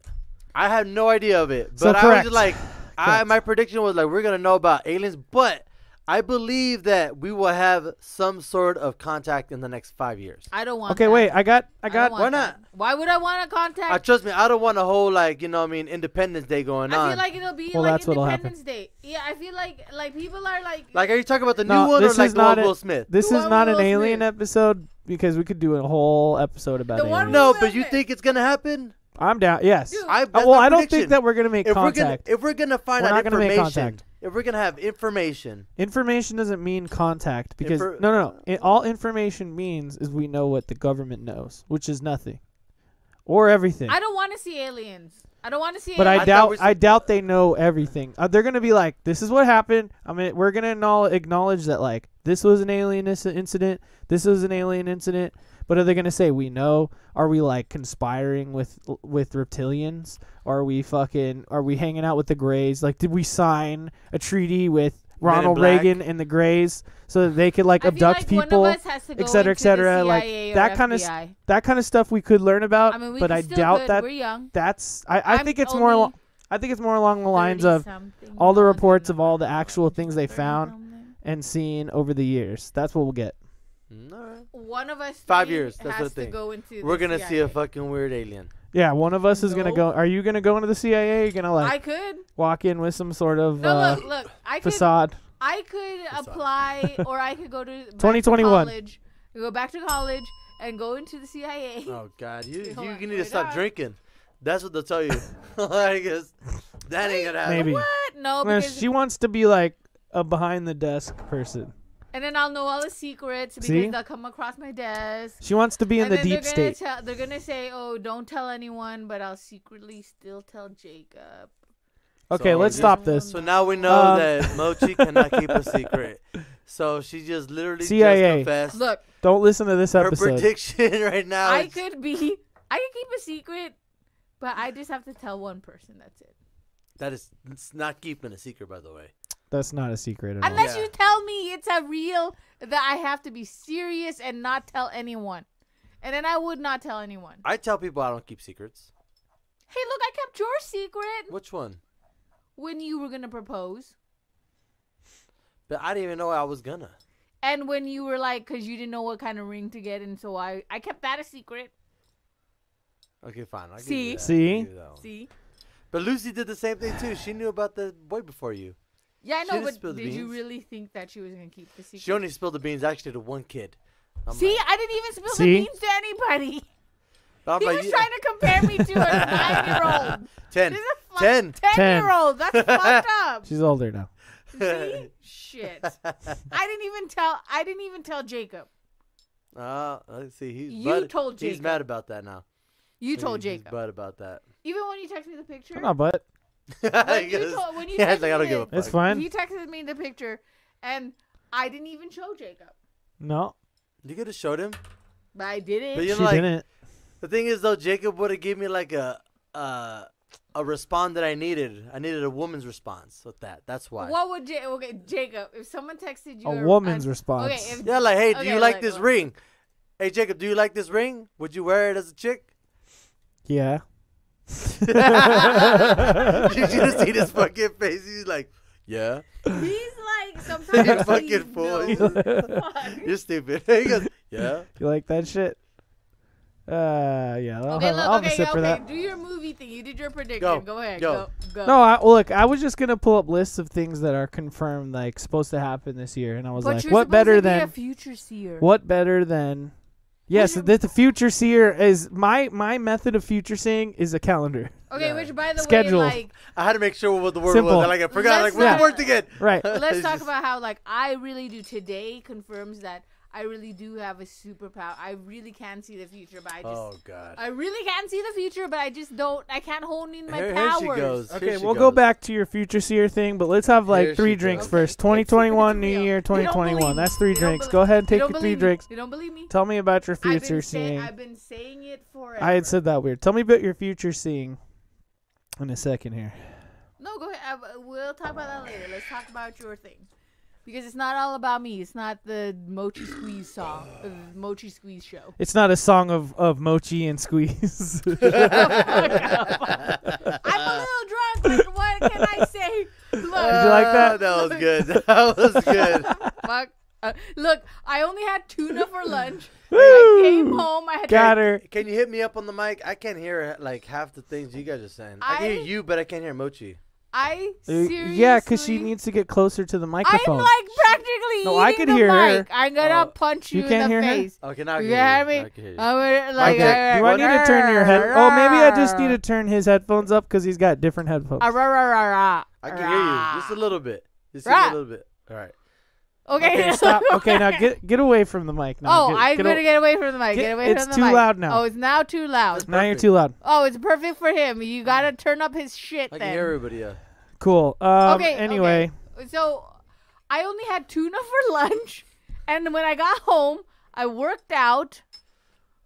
I had no idea of it, but So I was correct. just like, I Correct. my prediction was like we're gonna know about aliens, but I believe that we will have some sort of contact in the next five years. I don't want. Okay, that. wait. I got. I I don't got. want why that. Why would I want to contact? I trust me. I don't want a whole like you know what I mean Independence Day going I on. feel like it'll be Well, like that's what'll happen. Independence Day. Yeah, I feel like like people are like. Like, are you talking about the No, new one or this like is the one not a- Will Smith? This The is one not with an Will alien Smith. episode because we could do a whole episode about The one aliens. with- no, Will but you Smith. think it's gonna happen? I'm down. Yes. Dude. I Uh, that's well, my I don't prediction. think that we're gonna make if contact. we're gonna if we're gonna find We're out not gonna make information, contact. if we're gonna have information, Information doesn't mean contact because Infor- no, no, no. It, all information means is we know what the government knows, which is nothing, or everything. I don't want to see aliens. I don't want to see. but aliens. I, I thought we doubt, s- I doubt they know everything. Uh, they're gonna be like, "This is what happened." I mean, we're gonna acknowl- acknowledge that like this was an alien inci- incident. This was an alien incident. But are they gonna say we know? Are we like conspiring with with reptilians? Are we fucking? Are we hanging out with the Greys? Like, did we sign a treaty with? in Ronald Black. Reagan and the Greys, so that they could like I feel abduct like people, one of us has to go et cetera, et into the cetera. Like CIA or that kind of FBI. that kind of stuff we could learn about. I mean, we but can I still doubt good. that we're young. that's. I, I I'm think it's more. only Al- I think it's more along the lines of all the reports of all the actual things they found and seen over the years. That's what we'll get. Mm, all right. One of us. Five three years, that's has the to thing. go into. the We're gonna see uh, CIA. a fucking weird alien. Yeah, one of us is gonna No. go. Are you gonna go into the CIA? You're gonna like I could. walk in with some sort of No, uh, look, look. I could. facade. I could apply, or I could go to back to 2021. college, Go back to college and go into the CIA. Oh God, you Hold on, you need wait to stop up. drinking. That's what they'll tell you. I guess that ain't gonna happen. Maybe. What? No, No, because she wants to be like a behind the desk person. and then I'll know all the secrets because See? they'll come across my desk. She wants to be in and the then deep they're gonna state. Tell, they're gonna say, "Oh, don't tell anyone," but I'll secretly still tell Jacob. okay, So let's just- stop this. So now we know Um, that Mochi cannot keep a secret. So she just literally CIA. just confessed Look, Don't listen to this her episode. prediction right now. I is- could be, I could keep a secret, but I just have to tell one person. That's it. that is it's not keeping a secret, by the way. That's not a secret at all. Unless Yeah. you tell me it's a real that I have to be serious and not tell anyone. And then I would not tell anyone. I tell people I don't keep secrets. Hey, look, I kept your secret Which one? when you were going to propose. But I didn't even know I was gonna. And when you were like, because you didn't know what kind of ring to get. And so I, I kept that a secret. Okay, fine. I'll give See? you that. I'll See? give you that one. See? But Lucy did the same thing too. She knew about the boy before you. Yeah, I She know, didn't but spill did the you beans. really think that she was going to keep the secret? She only spilled the beans actually to one kid. I'm See, like- I didn't even spill See? the beans to anybody. I'm He like, was yeah. trying to compare me to a nine year old. ten. This is a Ten. Ten. year old. That's fucked up. She's older now. See? Shit. I didn't even tell. I didn't even tell Jacob. Ah, let's see. He's You bud- told He's Jacob. mad about that now. You told He's Jacob. Bad about that. Even when you texted me the picture, I'm not but When you Because- told- when you yeah, texted like, I don't me give a that- fuck. it's fine. he texted me the picture, and I didn't even show Jacob. no, You could have showed him. But I didn't. But you she know, like, didn't. the thing is though, Jacob would have given me like a uh, a response that I needed. I needed a woman's response with that. That's why. what would J- okay Jacob? If someone texted you A woman's response. Okay, if, Yeah, like, hey, do Okay, you like look, this look. ring? Hey, Jacob, do you like this ring? Would you wear it as a chick? Yeah. you just see this fucking face. He's like, yeah, he's like you sometimes he fucking fool. knows. Fuck. You're stupid. he goes, yeah. You like that shit? Uh, yeah. I'll Okay, have, look, I'll have okay, a sip okay. for that. Do your movie thing. You did your prediction. Go, Go, ahead. go. Go. Go. No, I, well, look, I was just gonna pull up lists of things that are confirmed, like supposed to happen this year, and I was but like, you're what supposed better to be a than future seer. what better than? Yes, Future- that the future seer is my my method of future seeing is a calendar, Okay, Yeah. which by the Schedule. way, like I had to make sure what the word Simple. was. and, Like I forgot. Let's like what not- the word again? right? let's It's talk just- about how like I really do today confirms that I really do have a superpower. I really can see the future, but I just Oh God. I really can see the future, but I just don't. I can't hone in my here, here powers. she goes. Here okay, she we'll go goes. back to your future seer thing, but let's have like Here three she drinks goes. first. It's- 2021, it's New real. Year, You don't believe 2021. me. That's three You don't drinks. believe- Go ahead and you take don't your three believe me. drinks. You don't believe me? Tell me about your I've future been, say, seeing. I've been saying it forever. I had said that weird. Tell me about your future seeing. In a second here. No, go ahead. I, we'll talk about that later. Let's talk about your thing. Because it's not all about me. It's not the Mochi Squeeze song, the Mochi Squeeze show. It's not a song of, of mochi and squeeze. I'm a little drunk. Like, what can I say? Look, you like that? That was good. That was good. fuck. Uh, look, I only had tuna for lunch. and I came Woo! home. I had Got her. Can you hit me up on the mic? I can't hear like half the things you guys are saying. I, can I- hear you, but I can't hear Mochi. I Uh, seriously. Yeah, because she needs to get closer to the I'm microphone. like practically No, eating I could the hear her. mic. I'm gonna Oh, punch you you, can't in the hear her? face. Okay, now I You can hear hear me? I can hear you. I'm gonna, like, Okay, Do I need to turn your head? Oh, maybe I just need to turn his headphones up because he's got different headphones. Ah, rah, rah, rah, rah. I can hear you just a little bit. Just Rah. a little bit. All right. Okay, Okay, stop. Okay, now get get away from the mic. Now. oh, get, I'm get gonna a- get away from the mic. Get- Get away it's from the too mic. loud now. Oh, it's now too loud. Now you're Perfect. too loud. Oh, it's perfect for him. You gotta turn up his shit I can then. hear everybody. Yeah. Cool. Um, okay. Anyway, okay. So, I only had tuna for lunch, and when I got home, I worked out.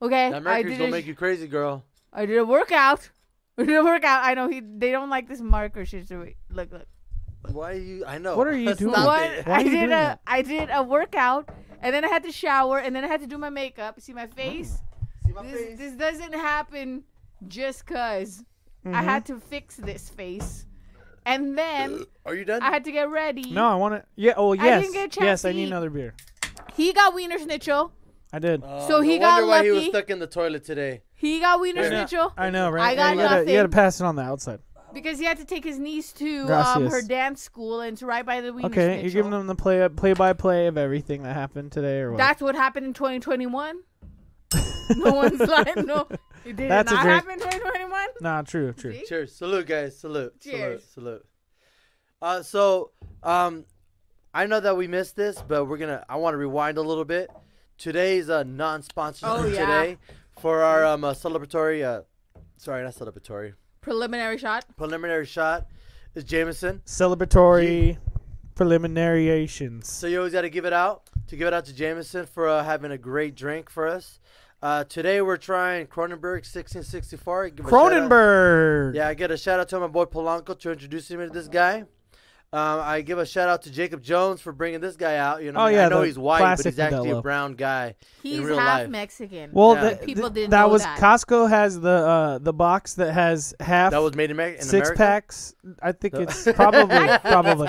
Okay. That I mercury's did gonna a- make you crazy, girl. I did a workout. I did a workout. I know he. They don't like this marker situation. Look, look. Why are you? I know. What are you That's doing? not What? the- Why are I you did doing a that? I did a workout, and then I had to shower, and then I had to do my makeup. See my face? See Mm-hmm. my This, face? this doesn't happen just because Mm-hmm. I had to fix this face, and then Are you done? I had to get ready. No, I want to. Yeah. Oh, didn't yes. get a chance yes, to I need eat. another beer. he got Wiener Schnitzel. I did. Uh, So no he got wonder why he was lucky. stuck in the toilet today. He got Wiener I know- Schnitzel I know, right? I got you Gotta, nothing. you gotta pass it on the outside. because he had to take his niece to um, Gracias. her dance school, and it's right by the Wiener Schnitzel. Okay, you're giving them the play up, play by play of everything that happened today, or what? That's what happened in 2021. no one's like, no, it did That's a not drink. happen in 2021. nah, true, true. See? Cheers. Salute, guys. Salute. Cheers. Salute. Salute. Uh, so, um, I know that we missed this, but we're gonna. I want to rewind a little bit. Today's uh, non-sponsored Oh, yeah. today for our um, uh, celebratory. Uh, sorry, not celebratory. Preliminary shot. Preliminary shot is Jameson. Celebratory preliminariations. So you always got to give it out to give it out to Jameson for uh, having a great drink for us. Uh, today we're trying Cronenberg 1664. Give a shout out- Cronenberg. Yeah, I get a shout out to my boy Polanco to introducing me to this guy. Um, I give a shout out to Jacob Jones for bringing this guy out. You know, Oh, I mean, I yeah, know the he's white, but classic he's actually a Modelo. brown guy. He's real half life. Mexican. Well, Yeah. th- People th- didn't that know was that. Costco has the uh, the box that has half That was made in, Amer- in six America. packs. I think No. it's probably probably.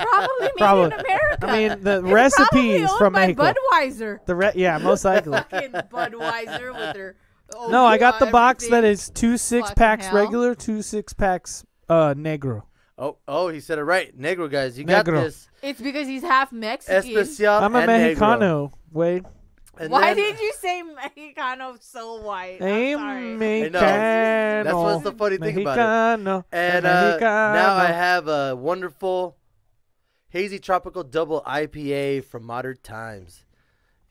Probably made Probably. in America. I mean, the It's probably recipes owned from by Mexico. Budweiser. The re- yeah, most likely. Fucking Budweiser with their. Oh, No, I got the yeah, box that everything. is two six Fucking packs hell. regular, two six packs uh negro. Oh, oh, he said it right. Negro guys, you got Negro. this. It's because he's half Mexican. Especial I'm a Oh, and negro. Mexicano. Wade. And Why then- did you say Mexicano so white? I'm sorry. I'm I Mexicano. That's what's the funny thing about it. Mexicano. And uh, now I have a wonderful hazy tropical double IPA from Modern Times.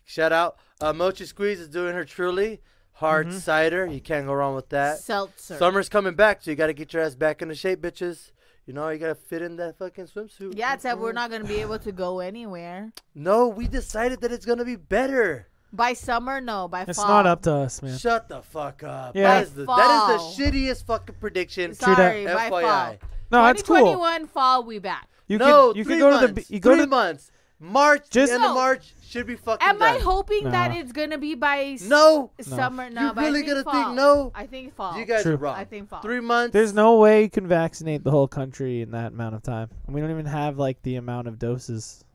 Shout out uh, Mochi Squeeze is doing her truly hard cider. You can't go wrong with that. Seltzer. Summer's coming back, so you got to get your ass back into shape, bitches. You know you got to fit in that fucking swimsuit. yeah, except we're not gonna be able to go anywhere No, we decided that it's gonna be better. by summer. No, by It's fall. not up to us, man. Shut the fuck up. Yeah. That is the, that Fall. is the shittiest fucking prediction. that. Sorry, by fall. FYI. No, that's cool. 2021 fall, we back. You no, could you three could go months. to the be- you go three to months. March, Just- end of No. March should be fucking Am I done. hoping that Nah. it's gonna be by s- no, summer? No, You but I really think gonna think fall. no? I think fall. you guys True. are wrong. I think fall. Three months. There's no way you can vaccinate the whole country in that amount of time. And we don't even have like the amount of doses.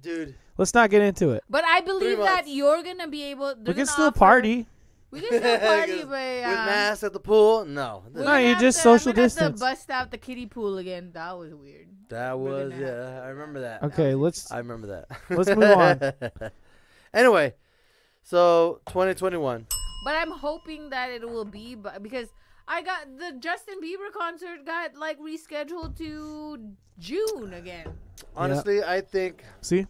dude. Let's not get into it. but I believe that months. you're gonna be able. We they're can gonna still offer- party. We can still party, With but um, masks at the pool. No, we're No, gonna you have just to- social I'm gonna have distance. To bust out the kiddie pool again. That was weird. that was not. yeah. I remember that. Okay, let's I remember that. Let's move on. anyway, so 2021. But I'm hoping that it will be bu- because I got the Justin Bieber concert got like rescheduled to June again. Honestly, I think see.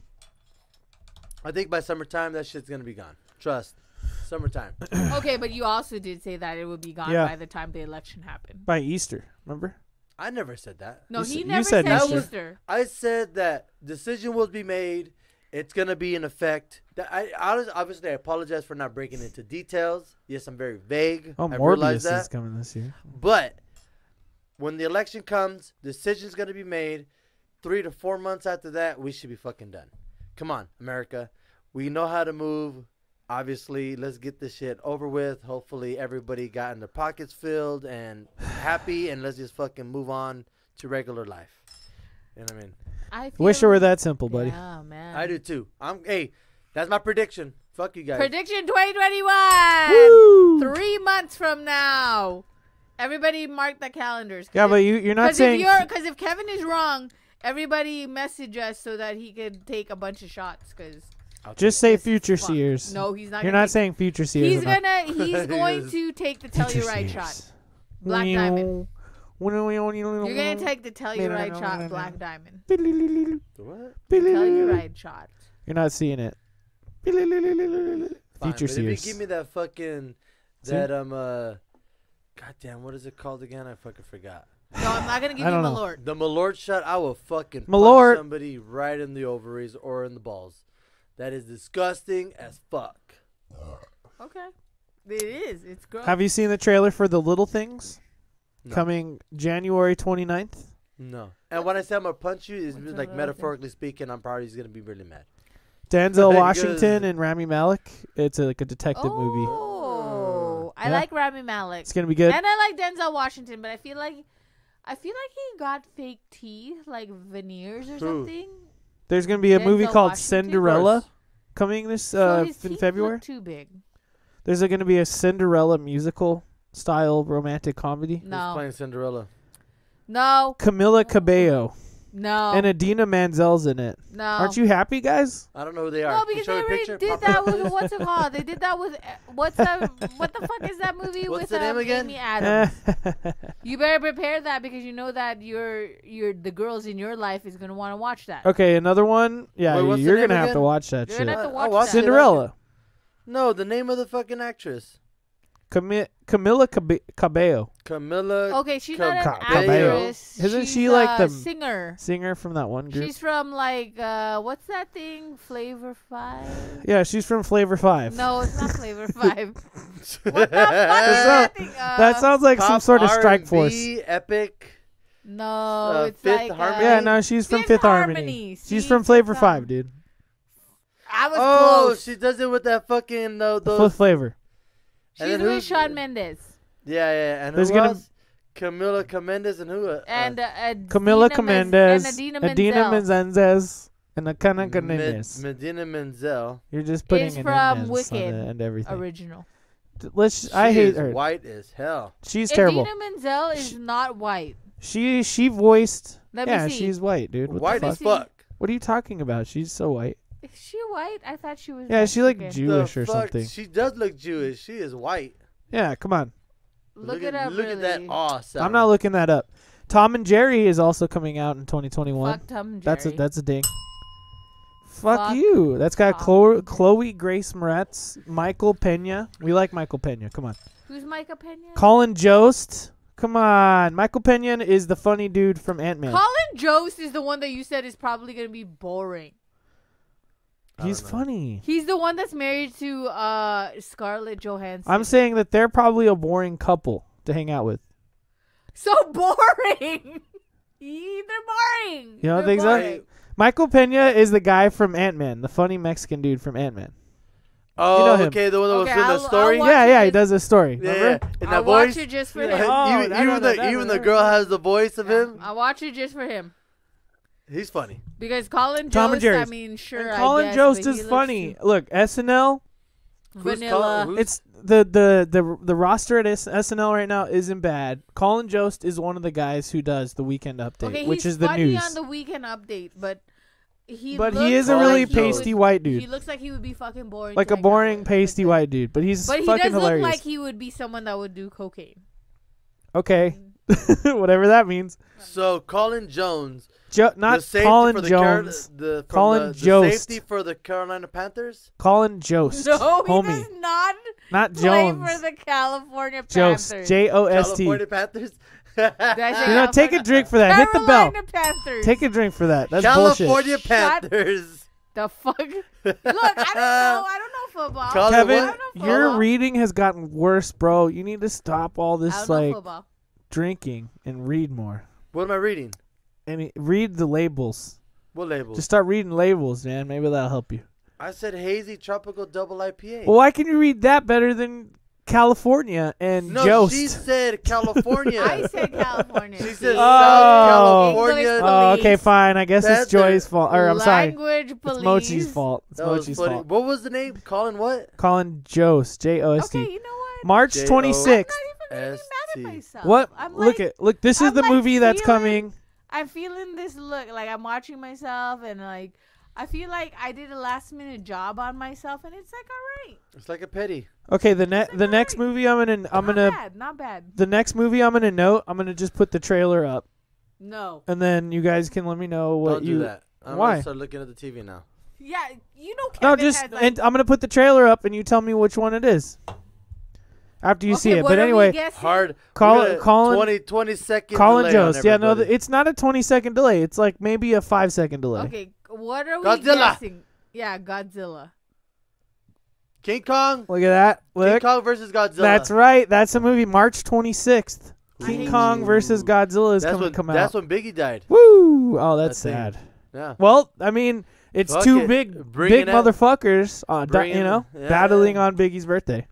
I think by summertime that shit's gonna be gone. Trust. Summertime. okay, but you also did say that it would be gone Yeah. by the time the election happened. By Easter, remember? I never said that. No, You he s- you never said said Easter. Easter. I said that decision will be made. It's gonna be in effect. That I I was- obviously I apologize for not breaking into details. Yes, I'm very vague. Oh, I Morbius realize is that. coming this year. But when the election comes, decision's gonna be made. Three to four months after that, we should be fucking done. Come on, America. We know how to move. Obviously, let's get this shit over with. Hopefully, everybody got in their pockets filled and happy, and let's just fucking move on to regular life. You know what I mean? I feel, Wish it were that simple, buddy. Yeah, man. I do too. I'm hey, that's my prediction. Fuck you guys. Prediction 2021. Woo! Three months from now, everybody mark the calendars. 'Cause Yeah, if- but you you're not Because if saying you're, because if Kevin is wrong, everybody message us so that he could take a bunch of shots. Because just say future seers. no, he's not. You're gonna not take- saying future seers. He's or not. gonna. He's going Yes. to take the Future Telluride seers. shot. Black Diamond. You're gonna take the Telluride shot, Black Diamond. what? Telluride shot. You're not seeing it. Fine, Future but if you give seers. me that fucking See? that um uh goddamn what is it called again? I fucking forgot. No, I'm not gonna give I you don't my know. lord. The Malort shot, I will fucking punch Malort. somebody right in the ovaries or in the balls. That is disgusting as fuck. Okay. It is. It's gross. Have you seen the trailer for The Little Things? No. Coming January 29th. No. And when I say I'm gonna punch you, it's What's like another thing? metaphorically speaking, I'm probably just gonna be really mad. Denzel Good. Washington and Rami Malek. It's a, like a detective movie. Oh, I Yeah. like Rami Malek, It's gonna be good. and I like Denzel Washington, but I feel like, I feel like he got fake teeth, like veneers or Who? something. There's gonna be a movie Denzel called Washington? Cinderella First. coming this so uh, his in teeth February. look too big. There's going to be a Cinderella musical style romantic comedy. Who's No, playing Cinderella? no, Camila Cabello no, and Adina Manzel's in it. no. Aren't you happy, guys? I don't know who they are. No, Can you because show they me a already picture? did Pop- that with what's it called? They did that with uh, what's that? What the fuck is that movie with What's the name um, again? Amy Eh. Adams? okay, you better prepare that because you know that your your the girls in your life is gonna want to watch that. another one. Yeah, Wait, what's the you're name gonna have to again? watch that You're shit. gonna have to Oh, I'll watch watch that. it. Cinderella. No, the name of the fucking actress. Cami- Camila Cabe- Cabello, Camilla. Okay, she's Cab- not an Cabello. actress. Isn't She's she like a the- singer? singer from that one group. She's from like uh, what's that thing? Flavor Five? yeah, she's from Flavor Five. No, it's not Flavor Five. what the fuck is that thing? Uh, that sounds like some Pop sort of Strike R&B, Force. Epic. no, uh, it's Fifth like Harmony? uh, Yeah, no, she's from Fifth Fifth Harmony. Harmony. She's See, from Flavor Fifth Five, dude. I was Oh, close. she does it with that fucking though. Fifth Those. flavor. And She's then with who's- Sean Mendes Yeah, yeah. And There's who gonna- else? Camilla Commendes and who? Uh, and uh, uh, Adina Camila Menz- Commandez, and Adina, Adina Menzel Menzenez, and Akana Med- Gonines. Medina Menzel. You're just putting is an from M's Wicked on it and everything. original. D- Let's. I She hate is her. White as hell. She's terrible. Adina Menzel is She- not white. She she voiced. Let me yeah, see. she's white, dude. What white the fuck? as See? fuck. What are you talking about? She's so white. Is she white? I thought she was. Yeah, she like Mexican. The Jewish or fuck? something. She does look Jewish. She is white. Yeah, come on. Look, it up. Look at that really. aw. I'm Salad. not looking that up. Tom and Jerry is also coming out in 2021. Fuck Tom and That's a Jerry. that's a ding. Fuck, Fuck you. That's got Tom Chloe, and Jerry. Chloe Grace Moretz, Michael Pena. We like Michael Pena. Come on. Who's Micah Pena? Colin Jost. Come on. Michael Pena is the funny dude from Ant Man. Colin Jost is the one that you said is probably gonna be boring. He's I don't know. funny. He's the one that's married to uh Scarlett Johansson. I'm saying that they're probably a boring couple to hang out with. so boring. They're boring. You They're don't think so? boring. Michael Pena is the guy from Ant Man, the funny Mexican dude from Ant Man. Oh, You know him. okay. The one that was Okay, in the I'll- I'll story. watch Yeah, yeah, he it. does a story. yeah, yeah. remember? And I that watch voice. it just for Yeah, him. Oh, even I know even that, the that, even that, the that. girl has the voice of him. I watch it just for him. He's funny. Because Colin Tom and Jost, I Jerry's. mean, sure. And I Colin guess, Jost but is he looks funny. Look, SNL. too- Who's Vanilla. Colin? Who's- It's the the the the roster at S- SNL right now isn't bad. Colin Jost is one of the guys who does the Weekend Update, okay, which he's is the funny news. on the weekend update, but he. but looks he is a like really he would- pasty white dude, He looks like he would be fucking boring. like to a hang out boring with. pasty But- white dude. But he's But he fucking does hilarious. look like he would be someone that would do cocaine. okay, whatever that means. So Colin Jones, Jo- the not safety Colin for the Carol- Jones. the, from Colin the, the Jost. safety for the Carolina Panthers. Colin Jost, No, he homie, does not not play Jones. for the California Panthers. Jost, J O S T. California You Panthers. shit- know, take a drink for that. Hit the bell. Carolina Panthers. Take a drink for that. That's bullshit. California Shut- Panthers. the fuck. Look, I don't know. I don't know football. Colin, Kevin, I don't know your football. reading has gotten worse, bro. You need to stop all I don't this know like football. drinking and read more. What am I reading? And it- read the labels. What label? Just start reading labels, man. Maybe that'll help you. I said hazy tropical double IPA. Well, why can you read that better than California and no, Jost? she said California. I said California. she said Oh. South California. English oh, okay, police. fine. I guess That's it's Joy's it. fault. Or I'm sorry, Language police. it's Mochi's fault. It's That was Mochi's funny. fault. What was the name? Colin what? Colin Jost, J O S Okay, T. you know what? March J O- 26th. I'm not even really mad at ST. myself. What? I'm look like, at look. This is I'm the like movie that's feeling- coming. I'm feeling this look. Like I'm watching myself, and like I feel like I did a last minute job on myself, and it's like all right. It's like a pity. Okay, the ne- It's the not next right. movie I'm gonna I'm not gonna bad, not bad. the next movie I'm gonna note I'm gonna just put the trailer up No. and then you guys can let me know what Don't you do that. I'm why? gonna start looking at the TV now. Yeah, you know. Kevin no just Has, like, and I'm gonna put the trailer up and you tell me which one it is after you okay, see it. what But are we anyway, guessing? Hard. Col- we're gonna- Colin- 20, 20 second Colin delay on Jost. Yeah, no, everybody. the, it's not a 20 second delay. It's like maybe a five second delay. Okay, what are we Godzilla. guessing? Yeah, Godzilla. King Kong. Look at that. King Look, Kong versus Godzilla. that's right. That's a movie. March 26th. King Kong versus Godzilla is That's coming when, to come that's out. when Biggie died. Woo! Oh, that's That sad. thing. Yeah. Well, I mean, it's Fuck two it. big, Bring big it out. motherfuckers, on, da- Bring you it- know, yeah. battling on Biggie's birthday.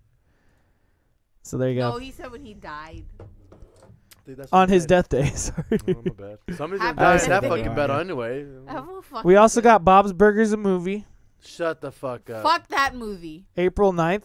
So there you go. No, he said when he died. Dude, that's on when his he death died. day. Sorry. Oh, my bad. Somebody's gonna Happy die in that birthday. fucking battle anyway. Oh, fuck we also got Bob's Burgers, a movie, Shut the fuck up. Fuck that movie. April 9th.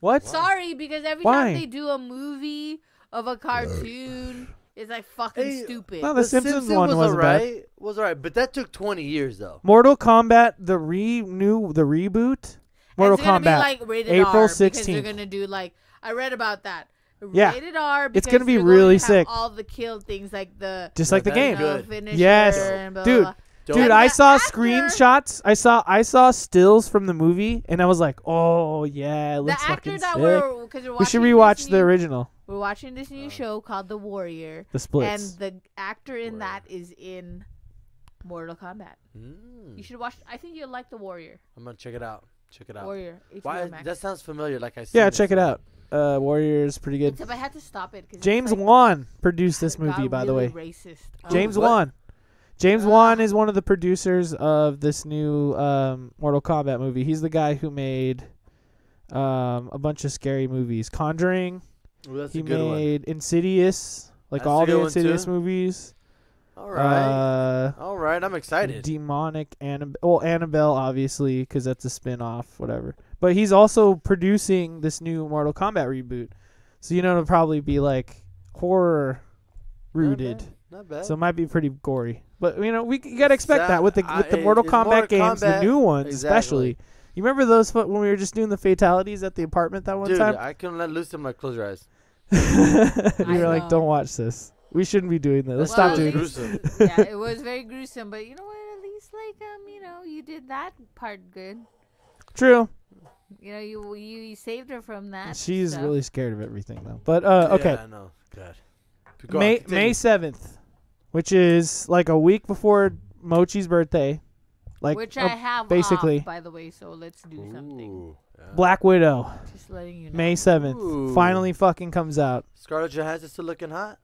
What? Sorry, because every Why? time they do a movie of a cartoon, it's like fucking Hey, stupid. No, the, Simpsons, one was wasn't bad. alright. Was alright, but that took 20 years though. Mortal Kombat, the re new the reboot. Mortal it's Kombat. gonna be like rated April R because 16th. they're gonna do like I read about that. Yeah. rated R. It's because gonna be they're going to really have sick. All the kill things like the just No, like the that- game. you know, Good. finisher Yes. and blah, blah, Dude, blah. Don't- Dude, And I the saw actor- screenshots. I saw I saw stills from the movie, and I was like, "Oh yeah, it The looks actor fucking that sick." we're because we're watching We should this rewatch the new- original, We're watching this Um, new show called The Warrior, the splits. and the actor in that is in Mortal Kombat. Hmm. You should watch. I think you'll like The Warrior. Mm. I'm gonna check it out. Check it out. Warrior. HBO Why? Max. That sounds familiar. Like I said. yeah, check it out. Uh, Warriors, pretty good. Except I had to stop it because James like, Wan produced this got movie, by the way. really Racist. Um, James what? Wan. James Ah. Wan is one of the producers of this new um, Mortal Kombat movie. He's the guy who made um, a bunch of scary movies, Conjuring. that's he a good one. made Insidious, like That's a all good the one, Insidious too. movies. All right. Uh, All right. I'm excited. demonic Annabelle. Well, Annabelle, obviously, because that's a spin off, whatever. But he's also producing this new Mortal Kombat reboot. So, you know, it'll probably be like horror rooted. Not bad. So it might be pretty gory. But, you know, we you got to expect that with the, Sa- with the I- Mortal it's Kombat Mortal games, the Kombat- new ones exactly. especially. You remember those fu- when we were just doing the fatalities at the apartment that one Dude, time? I couldn't let loose. I'm like, close your eyes. you I were like, know. don't watch this. We shouldn't be doing this. Let's Well, stop doing at this. least- yeah, it was very gruesome, but you know what? At least like um, you know, you did that part good. True. You know, you you, you saved her from that. She's stuff. really scared of everything, though. But, uh, okay. Yeah, I know. God. Go on, May continue. May seventh, which is like a week before Mochi's birthday, like which a I have off, basically. by the way. So let's do something. Ooh, yeah. Black Widow. Just letting you know. May seventh Ooh. finally fucking comes out. Scarlett Johansson still looking hot.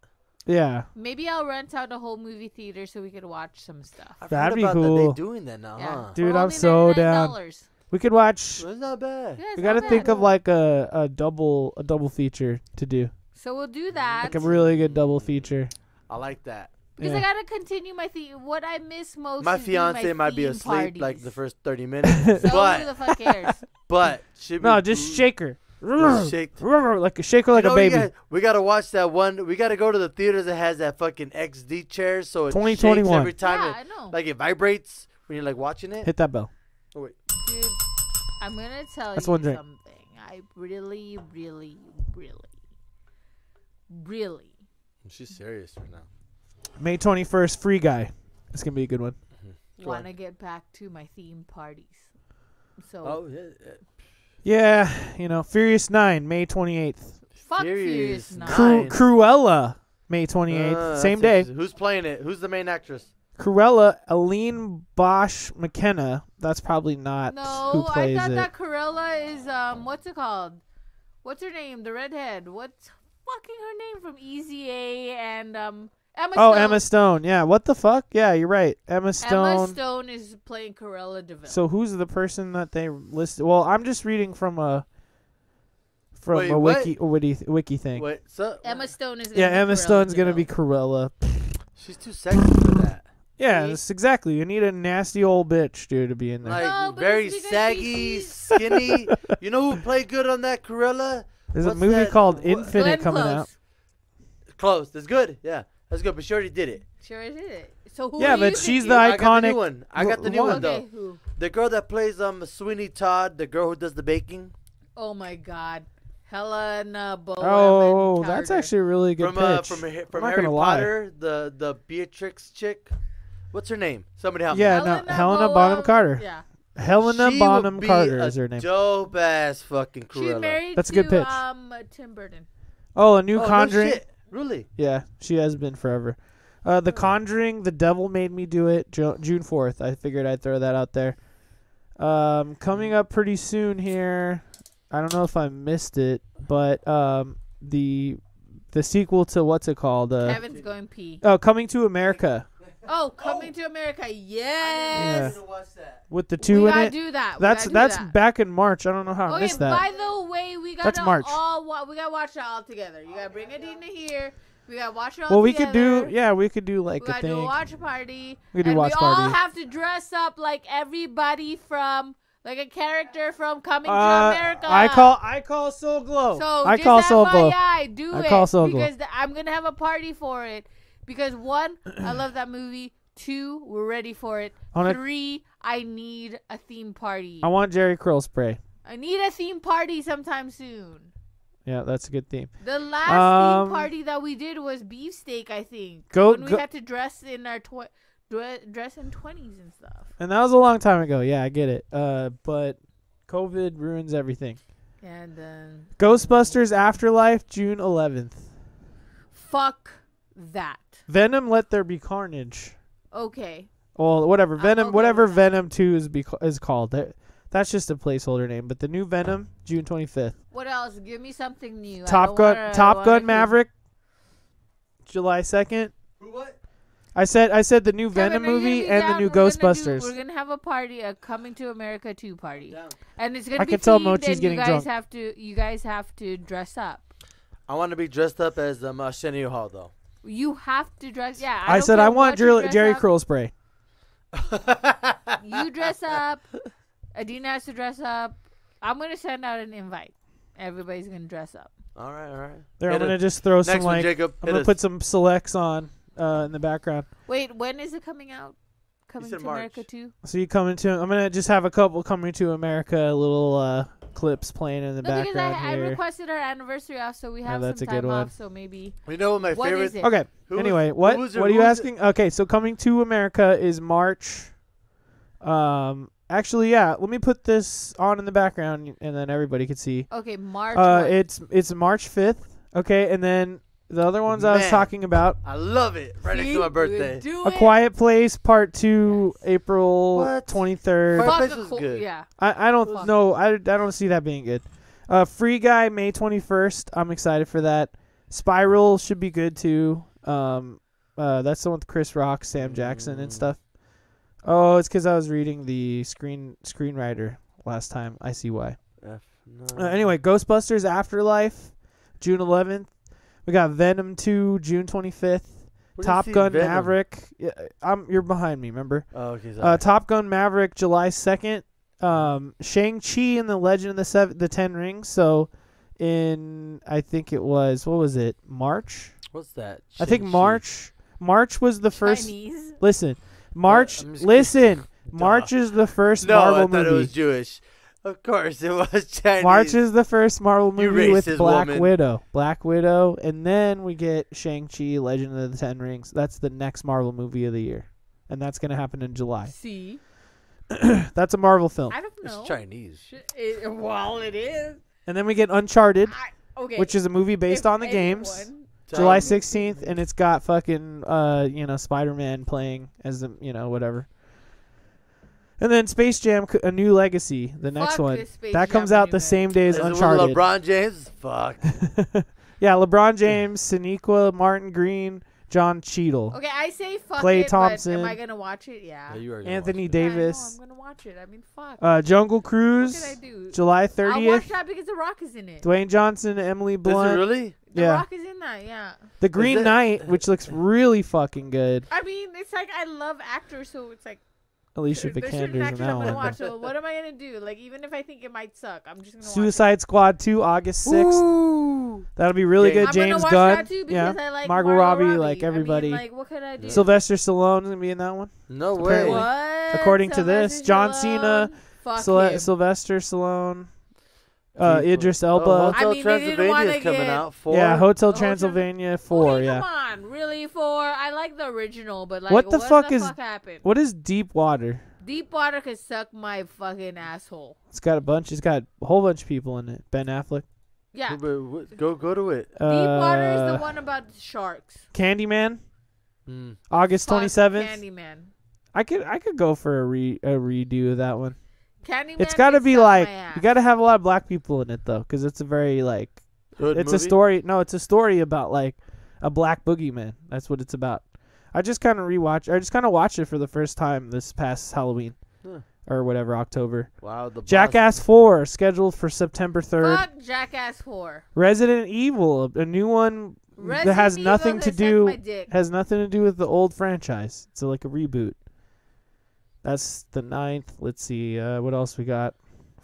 Yeah, Maybe I'll rent out a whole movie theater so we could watch some stuff. I That'd forgot be about cool. That. They doing that now, Yeah. huh? Dude, For I'm only so down. $99. we could watch. That's not bad. Yeah, it's We not gotta think bad. of like a, a double a double feature to do, So we'll do that. like a really good double feature. I like that. because yeah. I gotta continue my theme. What I miss most. My is doing my fiance might be theme asleep parties. like the first 30 minutes, So who the but fuck cares? but she No, just shake her. shake- Like a shake her like a baby. we gotta watch that one. We gotta go to the theaters that has that fucking XD chair, so it shakes 2021. every time. yeah, I it, know. like it vibrates when you're like watching it. Hit that bell. Oh, wait. Dude, I'm gonna tell That's you one drink. something. I really, really, really, really. She's serious right now. May twenty first, Free Guy. It's gonna be a good one. want to get back to my theme parties. So Oh, yeah, yeah. Yeah, you know, Furious Nine, May twenty eighth. fuck Furious Furious Nine. Cru- Nine. Cruella, May 28th, Uh, same that's day. interesting. Who's playing it? Who's the main actress? Cruella, Aline Bosch McKenna. That's probably not Uh, who No, I plays thought it. that Corella is um, what's it called? What's her name? The redhead. What's fucking her name from Easy A and um Emma. oh, Stone. Emma Stone. Yeah, what the fuck? Yeah, you're right. Emma Stone. Emma Stone is playing Corella Deville. So who's the person that they listed? Well, I'm just reading from a from Wait, a what? wiki a wiki wiki thing. Wait, so Emma Stone is. Yeah, gonna be Emma Cruella Stone's gonna be Deville. Cruella. she's too sexy for that. Yeah, See? that's exactly. You need a nasty old bitch, dude, to be in there. Like No, but very it's because saggy, she's- skinny. You know who played good on that Corella? There's a what's movie that- called wha- Infinite Glenn coming Close. out. Close. That's good. Yeah, that's good. But she already did it. Sure is it. So who? Yeah, are but you she's thinking? the I got the Iconic- new one. I got the new Wh- one Okay, though. who? The girl that plays um Sweeney Todd, the girl who does the baking Oh my God, Helena Bonham. Oh, that's Carter. actually a really good from uh, pitch. from Ha- I'm from not Harry gonna lie. Potter, the the Beatrix chick. What's her name? Somebody help Yeah, me. no, Helena Bonham Carter. Yeah, Helena She would Bonham be Carter a is her name. Dope ass fucking she's Cruella. married That's a to good pitch. um Tim Burton. oh, a new oh, no Conjuring. shit. Hmm. Really? Yeah, she has been forever. Uh, the Conjuring, The Devil Made Me Do It, Ju- June fourth. I figured I'd throw that out there. Um, coming up pretty soon here. I don't know if I missed it, but um, the the sequel to what's it called? Uh, Kevin's going pee. oh, Coming to America Oh, coming to America. Yeah. Yes. to watch that. with the two we in gotta it. do that. We that's gotta do that's that. Oh, back in March. I don't know how I Okay, missed that. by the way, we gotta That's March. all wa- we gotta watch it all together. You gotta bring Adina here. We gotta watch it all Well, we could together. do yeah, we could do We like a gotta do a thing. watch party. We could do and watch we all party. have to dress up like everybody from like a character from Coming Uh, to America. I call I call Soul Glow. So I just call Soul Glow. FYI, do I it call Soul Glow. because th- I'm gonna have a party for it. Because one, I love that movie. Two, we're ready for it. On a- Three, I need a theme party. I want Jerry Curl spray. I need a theme party sometime soon. Yeah, that's a good theme. The last Um, theme party that we did was beefsteak, I think. Go- when we go- had to dress in our tw- dre- dress in twenties and stuff. And that was a long time ago. Yeah, I get it. Uh, but COVID ruins everything. And then Ghostbusters Afterlife, June 11th. fuck that. Venom, Let There Be Carnage. Okay. Well, whatever I'm Venom, okay whatever with that. Venom 2 is be- is called. That- that's just a placeholder name. But the new Venom, June 25th. What else? Give me something new. I Top don't Gun, wanna- I Top wanna Gun keep- Maverick, July 2nd. Who what? I said I said the new Kevin, Venom are you gonna movie be and down? the new We're gonna do- Ghostbusters. we're gonna have a party, a Coming to America two party, Down. and it's gonna I be. can tell themed, Mochi's and getting you guys drunk. Have to, you guys have to dress up. I want to be dressed up as um, Arsenio Hall though. You have to dress. Yeah, I, I, don't said care I want what you Jerry, dress Jerry up. Curl spray. You dress up. Adina has to dress up. I'm gonna send out an invite. Everybody's gonna dress up. all right, all right. There, I'm Hit gonna us. just throw some Next one, like Jacob. I'm Hit gonna us. put some selects on uh, in the background. Wait, when is it coming out? Coming to said March. America too. So you come into I'm gonna just have a couple coming to America little uh, clips playing in the No, because background I, I here. Oh, requested our anniversary off, so we have that's a some good time one. off. So maybe You know what my What favorite? is it? okay. Who anyway, was- what who was what your- are you who was- asking? Okay, so coming to America is March. Um, actually, yeah. Let me put this on in the background, and then everybody can see. okay, March. Uh, what? it's it's March fifth. Okay, and then the other ones I was Man. talking about I love it. Right next See? to my We birthday. Do A it. Quiet Place Part Two, April What? twenty third. Fuck. Fuck Place a was co- good. Yeah. I, I don't Fuck. know. I, I don't see that being good. Uh, Free Guy May twenty first. I'm excited for that. Spiral should be good too. Um, uh, that's the one with Chris Rock, Sam Jackson, Mm. and stuff. Oh, it's because I was reading the screen screenwriter last time. I see why. F- no. Uh, anyway, Ghostbusters Afterlife, June eleventh. We got Venom two, June twenty fifth. Where do you Top see Gun Venom? Maverick. Yeah, I'm you're behind me. Remember. Oh, okay. Sorry. Uh, Top Gun Maverick, July second. Um, Shang Chi and the Legend of the Seven, the Ten Rings. So, in I think it was what was it March? What's that? I think Shang-Chi. March. March was the first. Chinese. Listen, March. I'm just listen, March is the first No, I Marvel thought movie. it was Jewish. Of course, it was Chinese. March is the first Marvel You movie with racist Black woman. Widow. Black Widow, and then we get Shang Chi, Legend of the Ten Rings. That's the next Marvel movie of the year, and that's gonna happen in July. See, That's a Marvel film, I don't know. It's Chinese. Sh- it- well, it is. and then we get Uncharted. I, okay. which is a movie based if on the games. anyone- July Um, 16th, and it's got fucking, uh, you know, Spider Man playing as the, you know, whatever. And then Space Jam, C- A New Legacy, the next Fuck one. this Space That Jam comes out the remake. same day as Is it with Uncharted. LeBron James. Fuck. yeah, LeBron James, Sonequa, Martin Green, John Cheadle, Okay, I say fuck Klay it, but Thompson. am I gonna watch it? Yeah. Yeah, you are gonna Anthony watch Yeah, I know, Davis, I'm gonna watch it. I mean, fuck. uh, Jungle what did I Cruise, do? July I'll watch 30th. that because The Rock is in it. Dwayne Johnson, Emily it. Is it Blunt, really? The yeah. Rock is in that. Yeah. The Green that- Knight, which looks really fucking good. I mean, it's like I love actors, so it's like Alicia there- there's certain Vikander's in actors that I'm gonna one. watch. So what am I gonna do? Like, even if I think it might suck, I'm just gonna watch Suicide Squad 2, August 6th. Ooh. That'll be really Okay. good. it. I'm gonna James watch Gunn. that too yeah. because I like Margot Robbie, like everybody. I mean, like, what could I do? Sylvester Stallone's gonna be in that one. No way. Apparently. What? According to this, Sylvester John Stallone? Cena, Fuck Syl- him. Sylvester Stallone, uh, People. Idris Oh, Elba. I Hotel mean, they didn't Transylvania wanna is coming get- out. Four. yeah, Hotel Hotel- Transylvania Four, four. Yeah. Come on, really four? I like the original, but like, What the fuck is- fuck happened? What is Deep Water? Deep Water could suck my fucking asshole. It's got a bunch. It's got a whole bunch of people in it. Ben Affleck. Yeah, Wait, wait, wait, Go go to it. Uh, Deep Water is the one about the sharks. Candyman. Mm. August Fuck twenty seventh. Candyman. I could I could go for a re a redo of that one. Candyman. it's got to could be suck like my you ass. got to have a lot of black people in it though, because it's a very like Good it's a movie? story. No, it's a story about like a black boogeyman. That's what it's about. I just kind of rewatched. I just kind of watched it for the first time this past Halloween Huh. or whatever October. Wow, the boss- Jackass Four scheduled for September third. Fuck jackass whore. Resident Evil, a, a new one that has Resident Evil, nothing they to suck do my dick. has nothing to do with the old franchise. It's like a reboot. That's the ninth. Let's see uh, what else we got.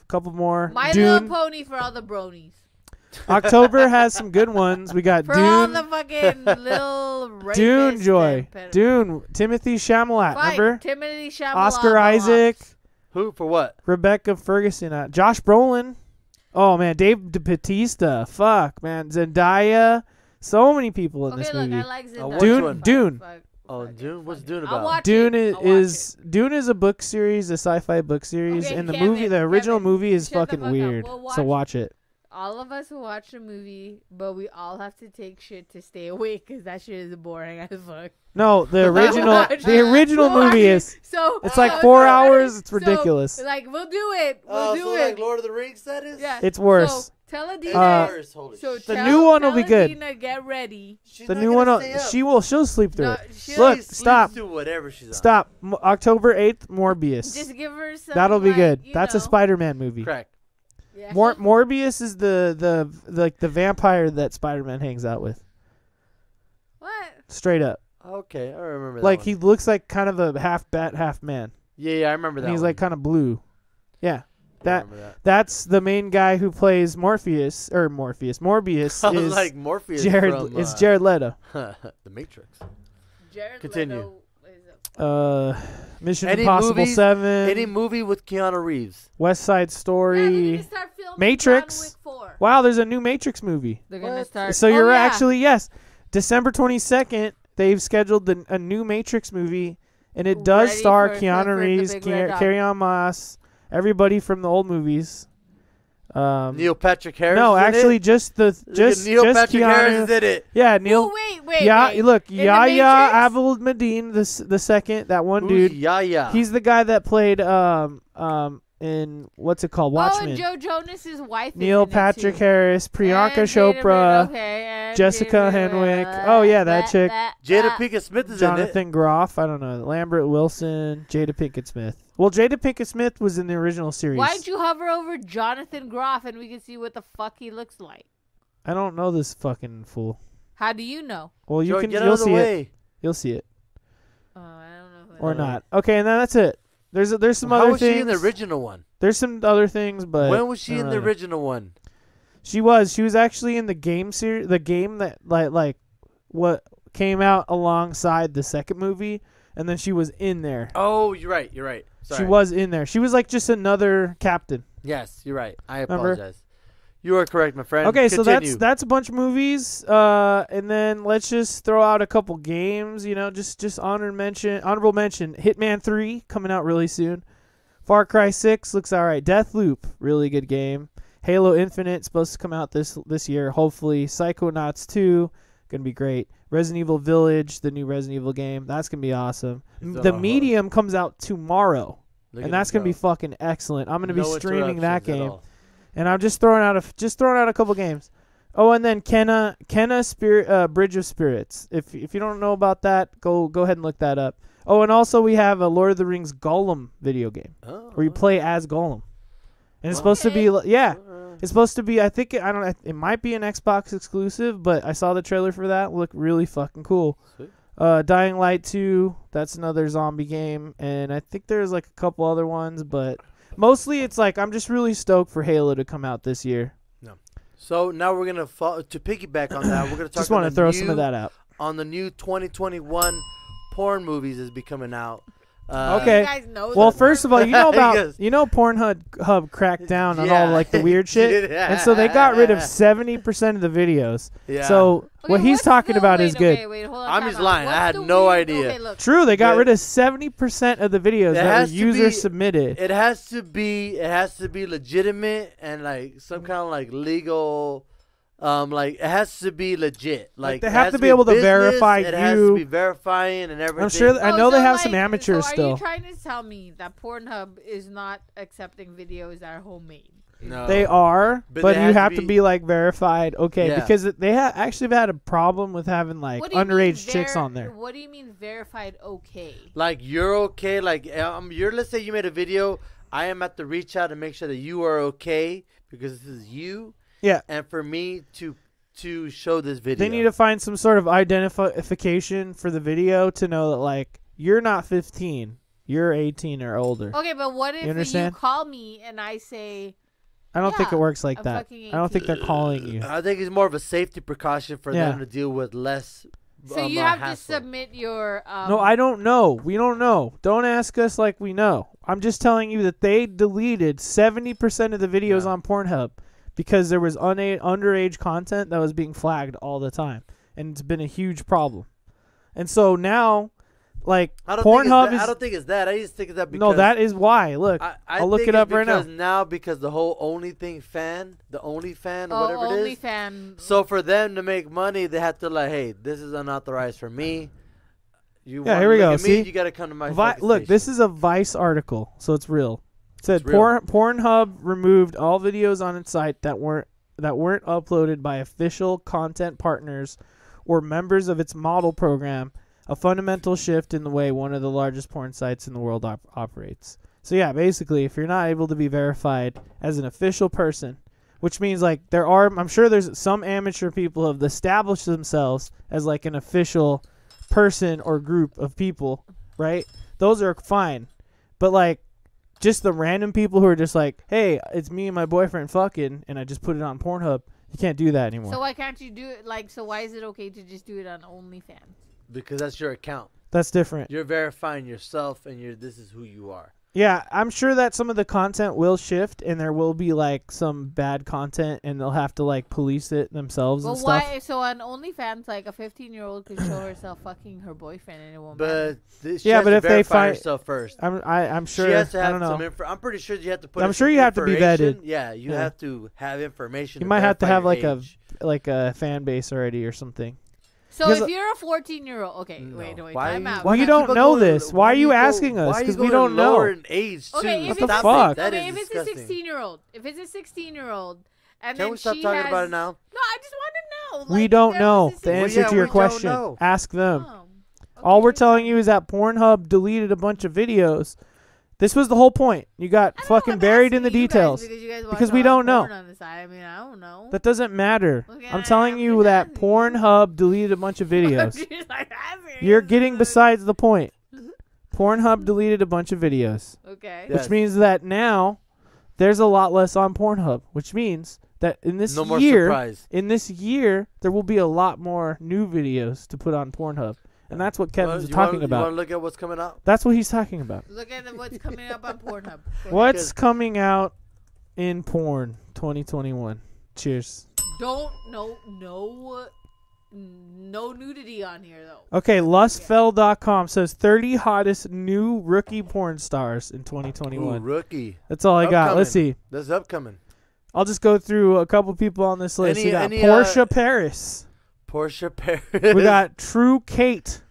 A couple more. My Dune. Little Pony for all the bronies. October has some good ones. We got For all Dune. the fucking little rapists Dune Joy. and ped- Dune. Timothy Chalamet. Fight Remember? Timothy Chalamet. Oscar Isaac. Who for what? Rebecca Ferguson. uh, Josh Brolin. Oh man, Dave De Batista. Fuck man, Zendaya. So many people in Okay, this look, movie. I like Uh, Zendaya. which Dune- Fuck, Dune. fuck, Oh, fuck it, Dune? What's fuck Dune it. about? I'll watch Dune it. is, I'll watch is Dune is a book series, a sci-fi book series, Okay, and the Kevin, movie, the original Kevin, movie is shut the fucking fuck up. weird. We'll so watch watch it. it. All of us will watch the movie, but we all have to take shit to stay awake because that shit is boring as fuck. No, the We'll original, watch the it. original We'll watch movie it. is. So it's like so- four so- hours, it's so, ridiculous. like we'll do it. We'll Oh, do so it. like Lord of the Rings, that is. yeah. It's worse. So tell Adina. Uh, Hours, holy so shit. The tell- new one will tell be good. Adina, get ready. She's The not new gonna one, will- stay up. she will, she'll sleep through No, it. she Look, sleeps stop, through whatever she's on. stop. M- October eighth, Morbius. Just give her some. That'll be like, good. you That's know, a Spider-Man movie. Crack. Yeah. Mor- Morbius is the, the the like the vampire that Spider-Man hangs out with. What? Straight up, Okay, I remember that. like one. he looks like kind of a half bat, half man. Yeah, yeah, I remember that. And he's one. like kind of blue. Yeah, I that remember That's the main guy who plays Morpheus or Morpheus. Morbius I was is like Morpheus Jared. from it's uh, Jared Leto. the Matrix. Jared Continue. Leto is a Uh, Mission Any Impossible movies- Seven, Any movie with Keanu Reeves. West Side Yeah, they're gonna Story. start filming Matrix. John Wick 4. Wow, there's a new Matrix movie. They're gonna What? start. So Oh, you're yeah. actually yes, December 22nd. They've scheduled the, a new Matrix movie, and it does Ready star for- for- for Keanu the Reeves, big red Car- dot. Carrie-Anne Moss, everybody from the old movies. Um, Neil Patrick Harris. no, did actually, it? just the Look at just Neil just Patrick Keanu. Harris did it. yeah, Neil. Oh wait, wait. yeah, wait. look, In the Yahya Matrix? Abdul Medin, the s- the second, that one Who's dude. Yaya? He's the guy that played um um in what's it called, Oh, and Watchmen. Joe Jonas's wife. is Neil in it, Patrick too. Harris, Priyanka And Jada Chopra, Pinkett, oh, okay, and Jessica Jada Pinkett, Henwick. Oh, yeah, that chick. Jada that. Pinkett Smith is in it. Jonathan Groff. I don't know Lambert Wilson, Jada Pinkett Smith. Well, Jada Pinkett Smith was in the original series. Why'd you hover over Jonathan Groff and we can see what the fuck he looks like? I don't know this fucking fool. How do you know? Well, you Joey, can get out you'll of the see it. way. You'll see it Oh, I don't know. Who that or is. not. Okay, and then that's it. There's there's some How other was things. she in the original one? There's some other things, but when was she I don't in the really know. original one? She was. She was actually in the game series. The game that like like what came out alongside the second movie, and then she was in there. Oh, you're right. You're right. Sorry. She was in there. She was like just another captain. Yes, you're right. I Remember? apologize. You are correct, my friend. okay, so that's Continue. that's a bunch of movies. Uh, and then let's just throw out a couple games. You know, just just honor mention, honorable mention. Hitman Three coming out really soon. Far Cry Six looks all right. Deathloop, really good game. Halo Infinite supposed to come out this this year, hopefully. Psychonauts Two, gonna be great. Resident Evil Village, the new Resident Evil game, that's gonna be awesome. M- It's The on- Medium comes out tomorrow, Look at and that's this gonna be go. fucking excellent. I'm gonna No be streaming that interruptions at game all. and I'm just throwing out a f- just throwing out a couple games. Oh, and then Kenna Kenna Spirit uh, Bridge of Spirits. If if you don't know about that, go go ahead and look that up. Oh, and also we have a Lord of the Rings Gollum video game Oh, where you play as Gollum, and it's supposed to be li- yeah, Uh-huh. it's supposed to be. I think it, I don't. It might be an Xbox exclusive, but I saw the trailer for that. Look really fucking cool. Sweet. Uh, Dying Light two. That's another zombie game, and I think there's like a couple other ones, but mostly it's like I'm just really stoked for Halo to come out this year. So now we're gonna fo- to piggyback on that. We're gonna talk. Just want on to the throw some new- of that out. on the new 2021 porn movies is be coming out. Uh, Okay. You guys know Well, that. first of all, you know about Yes. you know Pornhub Hub cracked down on all Yeah. like the weird shit, Yeah. and so they got rid of seventy percent of the videos. Yeah. So Okay, what he's what's talking the- about wait, is good. okay, wait, hold on, I'm time just out. lying. I What's had the no weird- idea. Okay, look. True, they got The- rid of seventy percent of the videos that has were to user be- submitted. It has to be. It has to be legitimate and like Mm-hmm. some kind of like legal. Um, like it has to be legit. Like they it have has to be able to verify It has to you. be verifying and everything. I'm sure. That, I Oh, know they so, have some like, amateurs so are still. you trying to tell me that Pornhub is not accepting videos that are homemade? No. They are, But but, they you have have, to to be- be, like verified. Okay, Yeah. because they ha- actually have had a problem with having like What do you mean underage chicks ver- on there. What do you mean verified? Okay. Like you're okay. Like um, you're. Let's say you made a video. I am at the reach out and make sure that you are okay because this is you. Yeah. And for me to to show this video, They need to find some sort of identification for the video to know that like you're not 15, you're 18 or older. Okay, but what if you, understand? call me and I say, I don't think yeah, it works like I'm that. fucking E. I don't think they're calling you. Um, I think it's more of a safety precaution for Yeah. them to deal with less. so um, you uh, have to hassle. submit your. Um, No, I don't know. We don't know. Don't ask us like we know. I'm just telling you that they deleted 70% of the videos Yeah. on Pornhub because there was una- underage content that was being flagged all the time. And it's been a huge problem. And so now, like, I don't Pornhub think it's that- is. I don't think it's that. I just think it's that because no, that is why. Look, I, I will look think it it's up right now. because now because the whole only thing fan, the only fan, oh, whatever it is. OnlyFam. So for them to make money, they have to like, hey, this is unauthorized for me. You Yeah, wanna here we look go, at see? me, you gotta come to my Vi- fucking look, station. this is a Vice article, so it's real. It said It's real. Porn- Pornhub removed all videos on its site that weren't that weren't uploaded by official content partners or members of its model program, a fundamental shift in the way one of the largest porn sites in the world op- operates. So yeah, basically, if you're not able to be verified as an official person, which means like there are, I'm sure there's some amateur people have established themselves as like an official person or group of people, right? Those are fine, but like just the random people who are just like, hey, it's me and my boyfriend fucking, and I just put it on Pornhub. You can't do that anymore. So why can't you do it? Like, so why is it okay to just do it on OnlyFans? because that's your account. That's different. You're verifying yourself, and you're this is who you are. Yeah, I'm sure that some of the content will shift and there will be like some bad content and they'll have to like police it themselves Well, and stuff. why? So on OnlyFans, like a 15-year-old could show herself fucking her boyfriend and it won't matter. But this, she Yeah, has but to if they verify find- herself first, I'm I, I'm sure she has to I have don't know. some info. I'm pretty sure you have to put. I'm in sure some you have to be information. vetted. Yeah, you Yeah. have to have information. You to might have to verify have your like a age. like a fan base already or something. So because- if you're a 14-year-old, okay, wait, No. wait, Why time you- out. Why you time don't out. People know go- this? Why are you go- asking us? why are you 'Cause we going don't know. lower in age too. Okay, if What the it's Stop it. fuck? That okay, is if it's disgusting. a 16-year-old, if it's a 16-year-old, and Can then we stop she talking has, about it now? No, I just want to know. we like, don't there know was a the Well, answer yeah, to your we don't question. know. Ask them. Oh, All okay. we're telling you is that Pornhub deleted a bunch of videos. This was the whole point. You got I don't know, fucking I'm buried asking in the you guys details. because, you guys watch Because a we lot of don't know. porn On the side. I mean, I don't know. That doesn't matter. Okay, I'm telling I'm you that done. Pornhub deleted a bunch of videos. She's like, "I'm here, You're this getting is- besides the point. Pornhub deleted a bunch of videos, Okay. Yeah. which means that now there's a lot less on Pornhub, which means that in this No more year, surprise. in this year, there will be a lot more new videos to put on Pornhub, and that's what Kevin's You wanna- talking You about. want to look at what's coming out? that's what he's talking about. Look at the- what's coming up on Pornhub. What's coming out in porn 2021? Cheers. Don't no no no nudity on here though. Okay, lustfell.com says 30 hottest new rookie porn stars in 2021. Ooh, rookie. That's all I got. Let's Upcoming. see. That's upcoming. I'll just go through a couple people on this list. Any- we got any, Portia uh, Paris. Portia Paris. We got True Kate.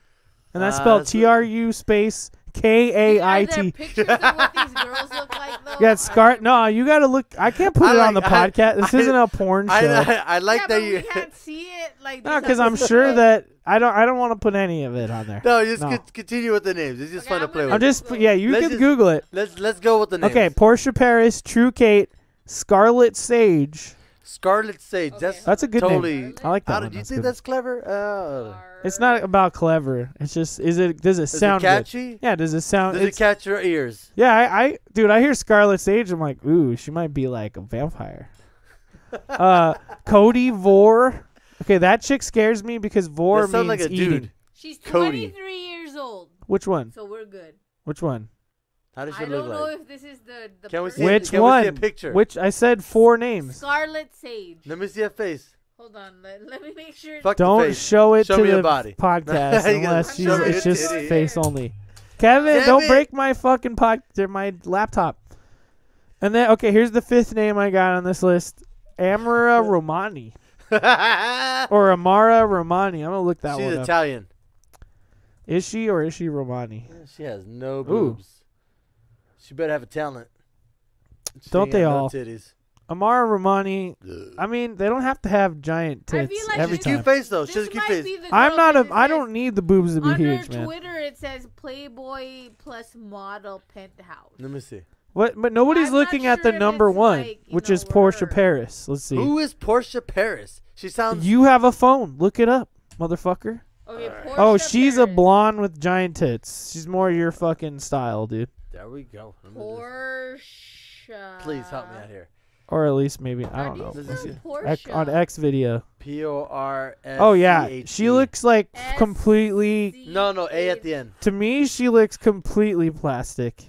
And that's Uh, spelled that's- T R U space K A I Are there T. pictures of what these girls look like though? You got Scar. No, you got to look. I can't put I it on the like- I- podcast. This I- isn't a porn I, show. I, I like yeah, that but you. we can't see it. Like No, these because are I'm just sure like- that I don't. I don't want to put any of it on there. no, just No. con- continue with the names. It's just Okay, fun to I'm play gonna- with. I'm just. Yeah, you Let's can just- Google it. let's let's go with the names. Okay, Portia Paris, True Kate, Scarlet Sage. Scarlet Sage. That's That's a good totally. name. I like that. How one. did you That's think good. that's clever? Uh, It's not about clever. It's just is it does it is sound it catchy? good? Yeah, does it sound? Does it it's- catch your ears? yeah, I, I dude, I hear Scarlet Sage. I'm like, ooh, she might be like a vampire. uh, Cody Vor. Okay, that chick scares me because Vor that sounds means like a eating. dude. She's Cody. 23 years old, Which one? so we're good. Which one? How does she I look don't know like? if this is the the Can we person. see- Which can we see one? a picture? Which I said four names. Scarlet Sage. Let me see a face. Hold on, let, let me make sure. Fuck the Don't face. show it Show to me a the body. podcast You gotta unless show she's, me it's your just titty. face only. Kevin, Damn don't it. break my fucking pod, my laptop. And then okay, here's the fifth name I got on this list: Amara Romani or Amara Romani. I'm gonna look that She's one up. Italian. is she or is she Romani? She has no boobs. She better have a talent. She Don't ain't they got no all? Titties. Amara Romani. I mean, they don't have to have giant I feel tits like every she's She's a time. cute face though. This She's a cute might face. be the I'm girl not that a. it I says- don't need the boobs to be On her huge, man. Twitter, it says Playboy plus model penthouse. Let me see. What? But nobody's I'm not looking at the sure if number it's, one, like, you which know, is Portia her. Paris. Let's see. Who is Portia Paris? She sounds. You have a phone. Look it up, motherfucker. Okay, oh, Portia she's a Paris. blonde with giant tits. She's more your fucking style, dude. there we go. Let me just- Portia. Please help me out here. Or at least maybe I don't How do know. you Let's spell see. Portia? X, on X video. P O R S. Oh yeah, C H E. she looks like S- completely. C- No, no, A at the end. To me, she looks completely plastic.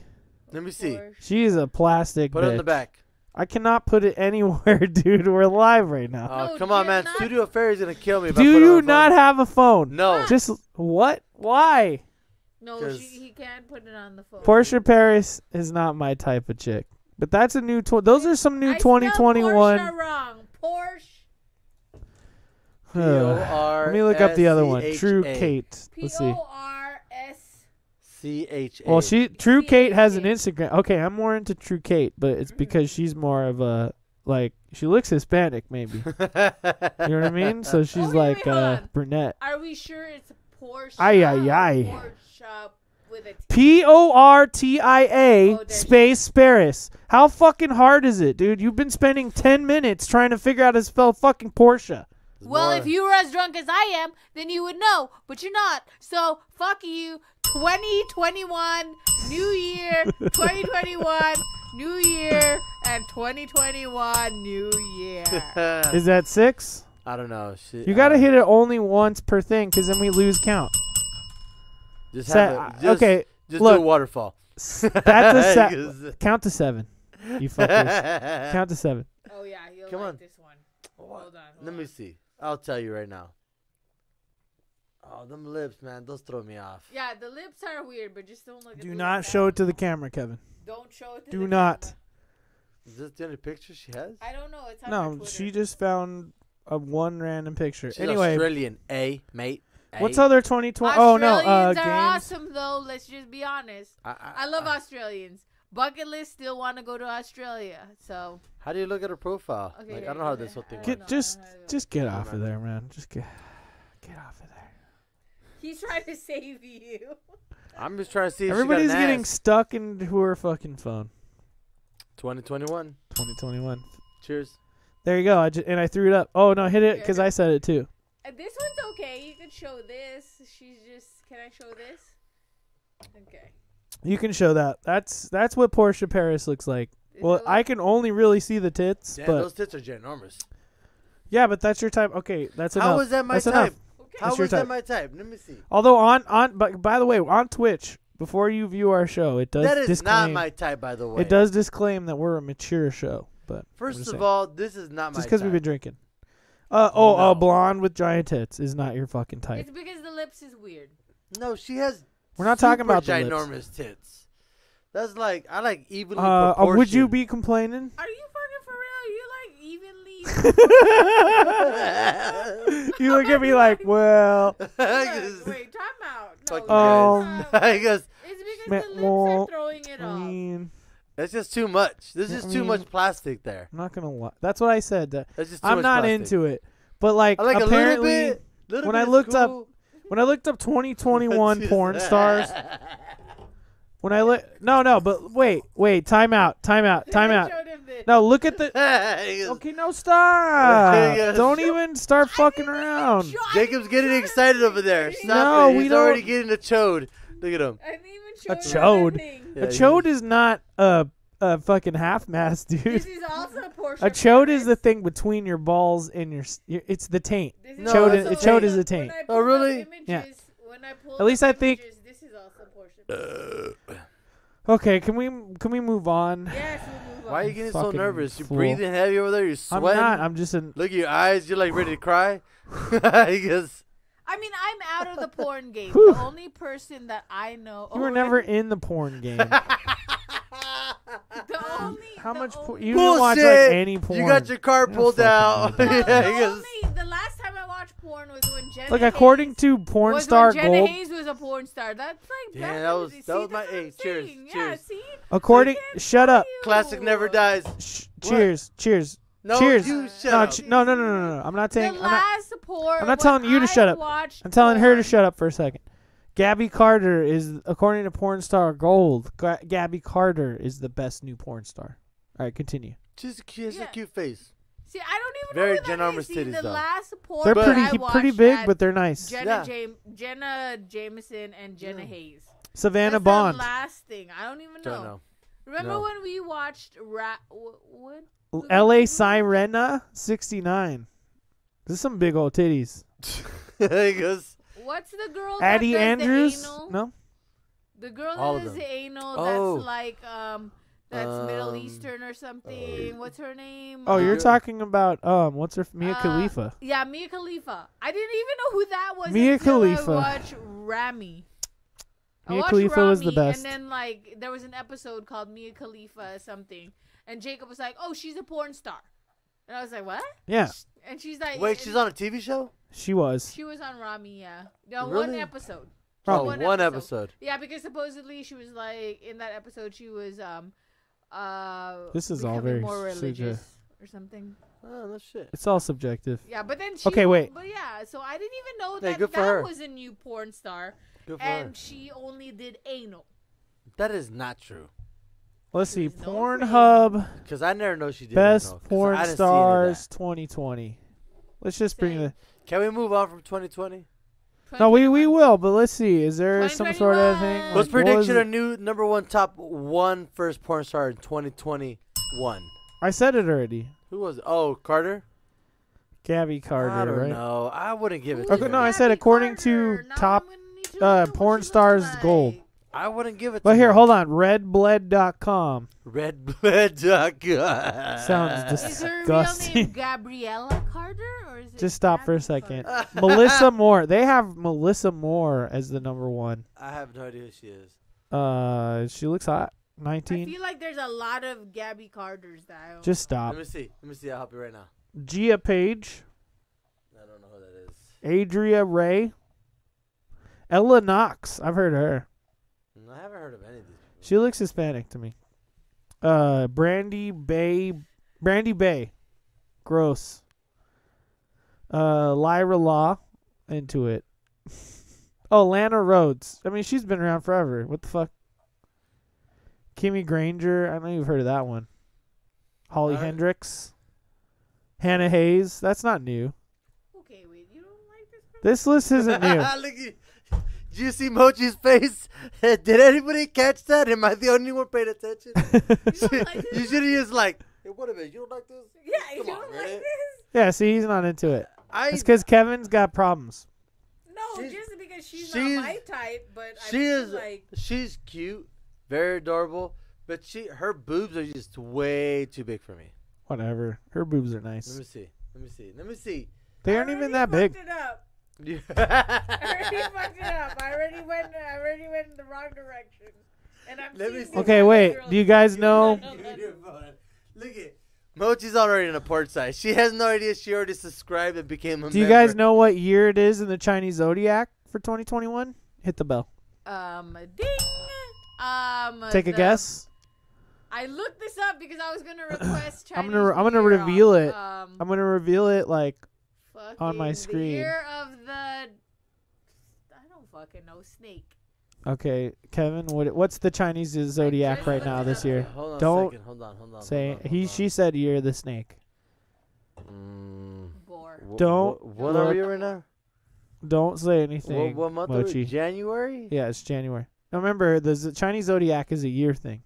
Let me see. Portia. She's a plastic Put it on the bitch. back. I cannot put it anywhere, dude. We're live right now. Oh, No, come on, you're man. not- Studio Fairy's gonna kill me. If I Do put it on you the phone. not have a phone? No. Just what? Why? No, 'Cause- she, he can't put it on the phone. Portia Paris is not my type of chick. But that's a new. Tw- those are some new I spelled 2021. Portia wrong. Porsche. Let me look up the other one. True P-O-R-S-C-H-A. Kate. P Let's see. O R S. C H A. Well, she True P-A-T-E. Kate has an Instagram. Okay, I'm more into True Kate, but Mm. it's because she's more of a like she looks Hispanic maybe. you know what You know what I mean? So she's wait, like wait, hold uh, on. brunette. Are we sure it's Porsche? Ay, ay, ay. Porsche with a T. P O R T Oh, I A there she space Paris. How fucking hard is it, dude? You've been spending 10 minutes trying to figure out how to spell fucking Porsche. Well, more- if you were as drunk as I am, then you would know, but you're not. So fuck you. 2021, New Year, 2021, New Year, and 2021, New Year. Is that six? I don't know. She, uh, You got to I- hit it only once per thing because then we lose count. Just Sa- have it. I- Just, okay, Just look. do a waterfall. S- That's a se- count to seven. You fuckers. Count- count to seven. Oh, yeah. You'll Come like on. this one. Let Hold on. hold me on. see. I'll tell you right now. Oh, them lips, man. Those throw me off. Yeah, the lips are weird, but just don't look at Do the not lips at show all. it to the camera, Kevin. Don't show it to Do the not. camera. Is this the only picture she has? I don't know. It's on her No, Twitter. she just found a one random picture. She's anyway, Australian, eh, mate? Eh? what's other 2020? Oh, Australians no. Uh, are games. awesome, though. Let's just be honest. I, I, I love I- Australians. Bucket list still want to go to Australia. So How do you look at her profile? Okay, like, yeah, I don't know how yeah, this whole I thing don't Get, works. know. just, just get off of remember. there, man. Just get, get off of there. he's trying to save you. I'm just trying to see if Everybody's she got an getting ass. stuck into her fucking phone. 2021. 2021. Cheers. There you go. I ju- and I threw it up. Oh no, hit it because I said it too. Uh, This one's okay. You could show this. She's just. Can I show this? Okay. You can show that. That's that's what Portia Paris looks like. Is Well, it I like- can only really see the tits, Damn, but those tits are ginormous. yeah, but that's your type. Okay, that's enough. How was that my That's enough. type? Okay. How That's your was that type. my type? Let me see. Although on on but by the way on Twitch before you view our show, it does That is not disclaim my type, by the way. it does disclaim that we're a mature show. But I'm First of just saying. all, this is not my just because type. we've been drinking. Uh oh, No. a blonde with giant tits is not your fucking type. It's because the lips is weird. No, she has. We're not talking super about the lips. ginormous tits. That's like I like evenly Uh, uh, proportioned. would you be complaining? Are you fucking for real? You like evenly. you look at me like, well, Look, I wait, time out. No, Fuck time you guys. out. guess it's because Man, the lips well, mm, are throwing it I off. mean, that's just too much. There's Yeah, I just too mean- much plastic there. I'm not gonna lie. That's what I said. That That's just too I'm much not plastic. into it. But like, I like a little apparently, bit. Little when bit I is looked up cool. when I looked up 2021 That's porn just- stars, when I look, no, no, but wait, wait, time out, time out, time I out. showed him this. No, look at the. Okay, no, stop. Yes. Don't even start fucking I around. showed- I Jacob's didn't getting show him excited over there. this. Stop No, it. we He's already don't- getting a chode. Look at him. I didn't even show A him chode. anything. A Yeah, he chode is not a a fucking half mass, dude. This is also a portion. A chode is the thing between your balls and your. s- your it's the taint. No, chode is- a chode is a taint. Oh, really? Yeah. When I pull At least I think- This is also portion. Uh, Okay, can we can we move on? yes, we'll move on. Why are you getting so Fucking nervous? You fool. breathing heavy over there. You're I'm sweating. not. I'm just an. Look at your eyes. You're like ready to cry. I guess. I mean, I'm out of the porn game. Whew. the only person that I know. Oh, You were never in the porn game. The only. How the much? Only, por- you didn't watch like Bullshit. any porn. You got your car Yeah, pulled fucking out. right. No, Yeah, I the, guess. only, the last time I watched porn was when Jenna. Look, Hayes, according to porn was star when Jenna Gold, Hayes was a porn star. That's like Yeah, back that in was- the- that see, was my- that's what I'm hey, cheers, saying. Yeah, cheers. see, According, shut up. Classic never dies. Sh- cheers, cheers, No, cheers. you shut no, up. ch- no, no, no, no, no. I'm not The saying. I'm not, last porn. I'm when not telling you to I shut up. watched I'm telling her to porn- shut up for a second. Gabby Carter is, according to Porn Star Gold, Ga- Gabby Carter is the best new porn star. All right, continue. She's a cute, she's a Yeah. cute face. See, I don't even Very know where Jen that Armour's is. See, titties, the though. last porn They're that pretty I he- pretty watched big, had but they're nice. Jenna, Yeah. Jam- Jenna Jameson and Jenna Hayes. Savannah That's Bond. The last thing. I don't even know. Don't know. Remember No. when we watched Ra- w- what? L.A. Sirena, 69. This is some big old titties. he goes, What's the girl? Addie that does Andrews? The, anal? No? the girl All that of does them. the anal. Oh. That's like um, that's Middle Um, Eastern or something. What's her name? Oh, you're Uh, talking about, um, what's her, Mia uh, Khalifa. Yeah, Mia Khalifa. I didn't even know who that was. Mia until Khalifa. I watched Rami. I Mia watched Khalifa was the Rami, best. And then like there was an episode called Mia Khalifa or something, and Jacob was like, "Oh, she's a porn star," and I was like, "What?" Yeah, And she's like, wait, and she's on a TV show? she was. She was on Rami, yeah. No, one Really? episode. Oh, Probably. one episode. Yeah, because supposedly she was like in that episode she was um uh This is all becoming very more subjective. religious or something. Oh, no shit. It's all subjective. Yeah, but then she Okay, wait. But yeah, so I didn't even know Hey, that good for that her. was a new porn star Good for and her. she only did anal. That is not true. Let's see. There's no way. Pornhub Because I never know she did. Best anal, 'cause I Porn didn't see any of that. Stars 2020. Let's just bring Same. the. Can we move on from 2020? No, we we will, but let's see. Is there some sort of thing? 2021. like, Let's what predict was you a it- new number one top one first porn star in 2021. I said it already. Who was it? Oh, Carter? Gabby Carter, I don't right? know. I wouldn't give it Who's to Okay, her. no, I said Gabby according to Carter? Now top, I'm gonna need to uh, remember what porn she looks stars goal. like. I wouldn't give it to But here, her. hold on. Redbled.com. Redblood.com. Sounds dis- Is her real Disgusting. name Gabriella Carter or is it Just stop for a Gabby second. Carter? Melissa Moore. They have Melissa Moore as the number one. I have no idea who she is. Uh, she looks hot. I 19. feel like there's a lot of Gabby Carters that I don't Just Let stop. me see. Let me see. I'll help you right now. Gia Page. I don't know who that is. Adria Ray. Ella Knox. I've heard of her. Mm, I haven't heard of any of these. people. She looks Hispanic to me. Uh, Brandy Bay, Brandy Bay, gross. Uh, Lyra Law, into it. oh, Lana Rhodes. I mean, she's been around forever. What the fuck? Kimmy Granger. I know you've heard of that one. Holly Alright. Hendricks. Hannah Hayes. That's not new. Okay, wait, you don't like this? person? This list isn't new. Look at- Did you see Mochi's face? Did anybody catch that? Am I the only one paying attention? You don't like you this? should have just like, hey, what a minute, you don't like this? Yeah, you Come on, don't like man. this? yeah, see, he's not into it. I, It's because Kevin's got problems. No, She's- just because she's, she's- not my type, but I she feel is, like she's cute, very adorable, but she, her boobs are just way too big for me. Whatever. Her boobs are Let nice. me see. Let me see. Let me see. They I aren't even already that big. fucked it up. I already Let fucked it up. I already went. I already went in the wrong direction, and I'm. Let me seeing see. these Okay, other wait. girls. Do you guys know? Look at Mochi's already in a port side. She has no idea. She already subscribed and became a Do you member. guys know what year it is in the Chinese zodiac for 2021? Hit the bell. Um, ding. Um, Take a the- guess. I looked this up because I was gonna request. Chinese I'm gonna re- I'm gonna New Year reveal off, it. Um, I'm gonna reveal it. Like, on my fucking screen. The year of the. I don't fucking know. Snake. okay, Kevin, what what's the Chinese zodiac right now this year? Hold on Don't a second. Hold on, hold on. Say hold on, he hold she said year of the snake. on. Gore. Mm, wh- Don't wh- What are look we right now? Don't say Wh- anything. what month? Are we? Mochi. January. Yeah, it's January. Now remember, the z- Chinese zodiac is a year thing,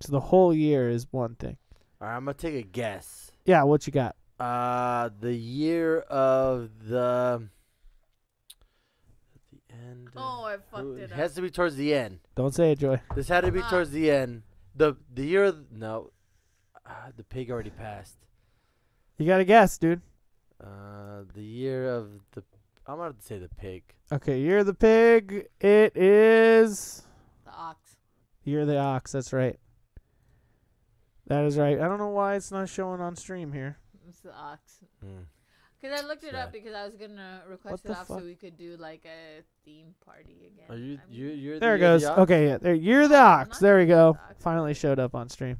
so the whole year is one thing. All right, I'm gonna take a guess. Yeah, what you got? Uh, the year of the. At the end. Oh, I of- fucked it it has up. to be towards the end. Don't say it, Joy. This had to be Ah. towards the end. The the year of, no, uh, the pig already passed. You got to guess, dude. Uh, the year of the I'm gonna have to say the pig. Okay, year of the pig. It is. The ox. You're the ox. That's right. That is right. I don't know why it's not showing on stream here. Hmm. It's the ox. Because I looked it up Right. because I was gonna request the it off fuck? so we could do like a theme party again. Are you, I'm- you, you're There it the, you're goes. the ox? Okay, yeah. There, you're the I'm ox. not There we go. the ox. Finally showed up on stream.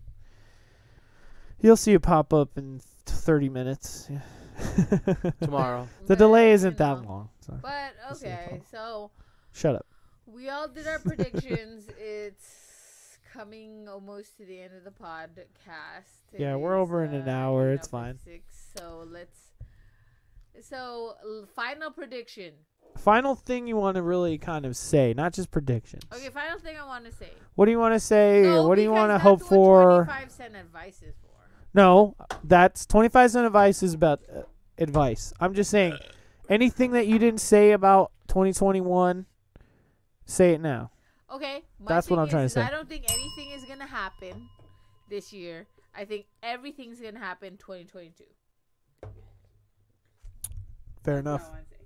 You'll see it pop up in 30 minutes. Yeah. Tomorrow. the but, delay you isn't that know. long. So. But That's no okay, problem. so Shut up. we all did our predictions. it's coming almost to the end of the podcast. It uh, Yeah, we're over in an hour. you know, It's fine. Six. So let's. So l- final prediction. Final thing you want to really kind of say, not just predictions. Okay, final thing I want to say. What do you want to say? No, what do you because want to that's hope what for? Twenty-five cent advice is for. No, that's 25 cent advice is about uh, advice. I'm just saying anything that you didn't say about 2021, say it now. Okay, my That's what thing I'm trying to is- say. I don't think anything is gonna happen this year. I think everything's gonna happen 2022. Fair That's enough. what I wanna say.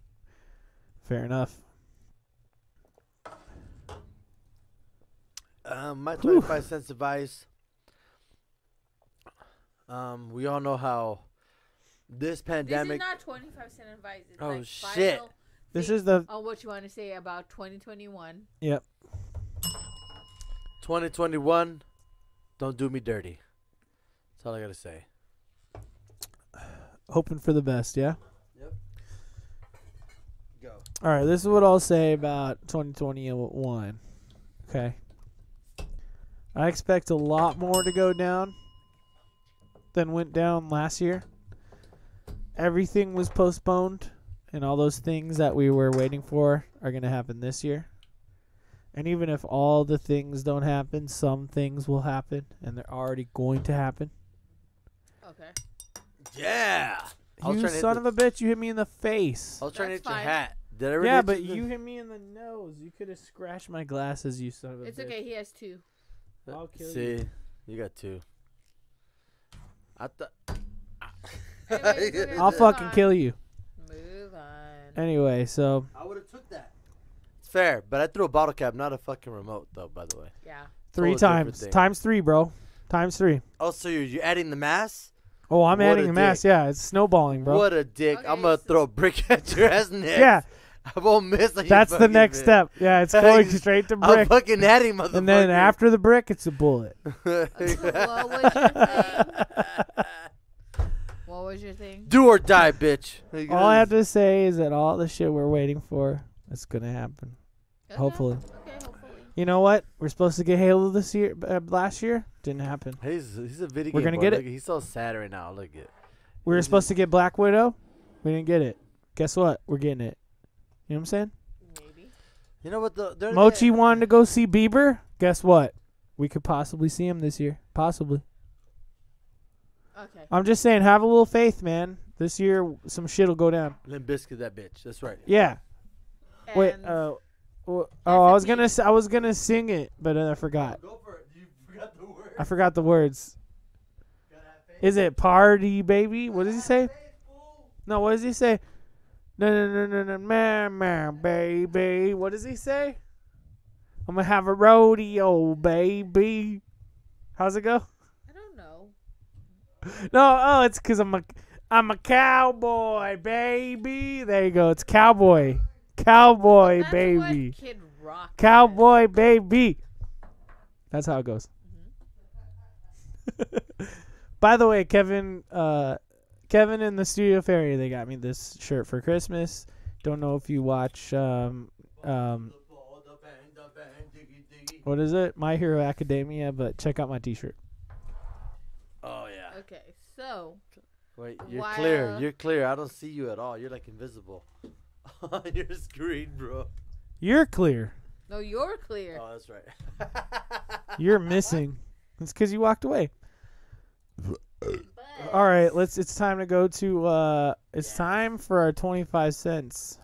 Fair enough. Um, my 25 cents advice. Um, we all know how this This pandemic. is not 25 cent advice. It's Oh, like shit. final This thing is the on what you want to say about 2021. yep. 2021, don't do me dirty. That's all I gotta say. Hoping for the best, yeah. Go. All right, this is what I'll say about 2021. Okay. I expect a lot more to go down than went down last year. Everything was postponed, and all those things that we were waiting for are going to happen this year. And even if all the things don't happen, some things will happen, and they're already going to happen. Okay. Yeah. I was you trying to hit son the- of a bitch, you hit me in the face. I was trying to hit That's your fine. hat. Did I? already Yeah, hit but the- you hit me in the nose. You could have scratched my glasses, you son of a It's bitch. okay. He has two. I'll kill you. See, you got two. I thought. Anyways, we're gonna I'll move fucking on. kill you. Move on. Anyway, so I would have took that. It's fair, but I threw a bottle cap, not a fucking remote, though. By the way. Yeah. three Totally different times. thing. Times three, bro. Times three. Oh, so you're, you're adding the mass? Oh, I'm What adding a a mass. dick. Yeah, it's snowballing, bro. What a dick! I'm Okay, gonna so- throw a brick at your ass next. yeah, I won't miss. on you that's the fucking next bit. step. Yeah, it's going straight to I'm brick. fucking at him, motherfucker. And then after the brick, it's a bullet. what was your thing? What was your thing? do or die, bitch. Like, All I uh, have to say is that all the shit we're waiting for is going to happen. Okay. Hopefully. Okay. Hopefully. You know what? We're supposed to get Halo this year. Uh, last year didn't happen. He's he's a video. We're game gonna boy. get it. Look, He's so sad right now. Look at. We were Is it- supposed to get Black Widow. We didn't get it. Guess what? We're getting it. You know what I'm saying? Maybe. You know what? The, they're- Mochi they- wanted to go see Bieber. Guess what? We could possibly see him this year. Possibly. Okay. I'm just saying, have a little faith, man. This year, some shit will go down. Limp Bizkit, that bitch. That's right. Yeah. Wait. And Uh. wh- Oh, I was gonna. s- I was gonna sing it, but then I forgot. Go for it. You forgot the word. I forgot the words. Is it party, baby? What does he say? No. What does he say? No, no, no, no, no, man, man, baby. What does he say? I'm gonna have a rodeo, baby. How's it go? I don't know. No, oh, it's because I'm a, I'm a cowboy, baby. There you go. It's cowboy, cowboy, That's baby, What Kid Rock. said. cowboy, baby. That's how it goes. By the way, Kevin, uh, Kevin in the Studio Fairy, they got me this shirt for Christmas. Don't know if you watch, um, um, what is it? My Hero Academia, but check out my T-shirt. Oh yeah. Okay. So. Wait, you're clear. While- You're clear. I don't see you at all. You're like invisible on your screen, bro. You're clear. No, you're clear. Oh, that's right. You're missing. It's because you walked away. But All right, let's. It's time to go to. uh It's time for our twenty-five cents.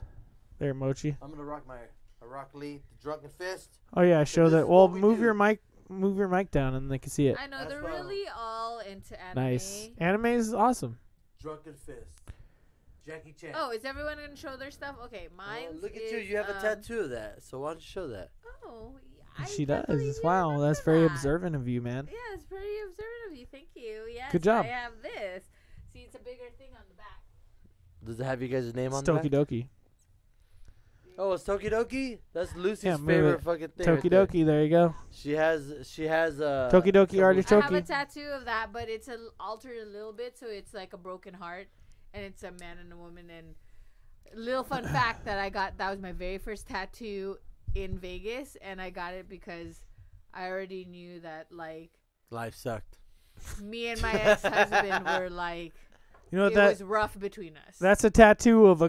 There, Mochi. I'm gonna rock my I rock Lee, the drunken fist. Oh yeah, show this that. is Well, what we move your do. mic. Move your mic down, and they can see it. I know That's they're fine. really all into anime. Nice. Anime is awesome. Drunken fist. Jackie Chan. Oh, is everyone gonna show their stuff? Okay, mine. um, Well, Oh, look at you. You have a tattoo of that. So why don't you show that? Oh, I she can't believe does. you Wow, remember that's very that. observant of you, man. Yeah, it's pretty observant of you. Thank you. Yes, job. I have this. See, it's a bigger thing on the back. Does it have you guys' name It's on the back? Tokidoki. Oh, it's Tokidoki? That's Lucy's Yeah, move favorite it. fucking thing. right there. Tokidoki, there you go. She has she has uh Tokidoki some- artist- I have a Choki. tattoo of that, but it's a, l- altered a little bit, so it's like a broken heart, and it's a man and a woman. And little fun fact that I got that was my very first tattoo in Vegas, and I got it because I already knew that like Life sucked. me and my ex husband were like You know it what that? was rough between us. That's a tattoo of a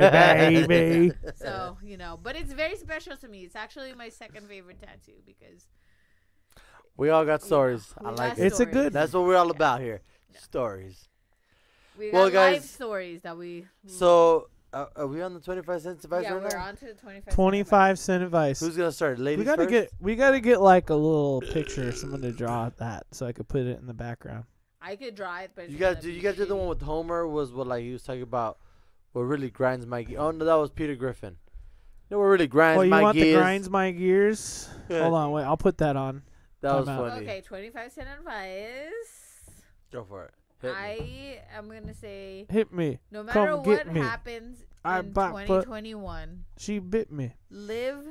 baby. so you know, but it's very special to me. It's actually my second favorite tattoo because We all got stories. I we like got it. It's a stories. good- That's what we're all about here. Stories. we got Well, life guys- stories that we So uh, are we on the twenty five cents advice Hmm. yeah right we're now? on to the twenty five Twenty five cent advice. Who's gonna start? Ladies we gotta first? get we gotta get like a little picture, someone to draw that, so I could put it in the background. I could draw it, but it's You gotta gonna do. be You gotta do the shitty. one with Homer. Was what like he was talking about. What really grinds my. Ge- oh no, that was Peter Griffin. No, what really grinds Well, Oh, you my want the gears- grinds my gears? Hold on, wait. I'll put that on. That was Time out. funny. Okay, twenty five cent advice. Go for it. Hit me. I am gonna say Hit me. no Come matter get what me. happens I in bop, but- twenty twenty one, She bit me. live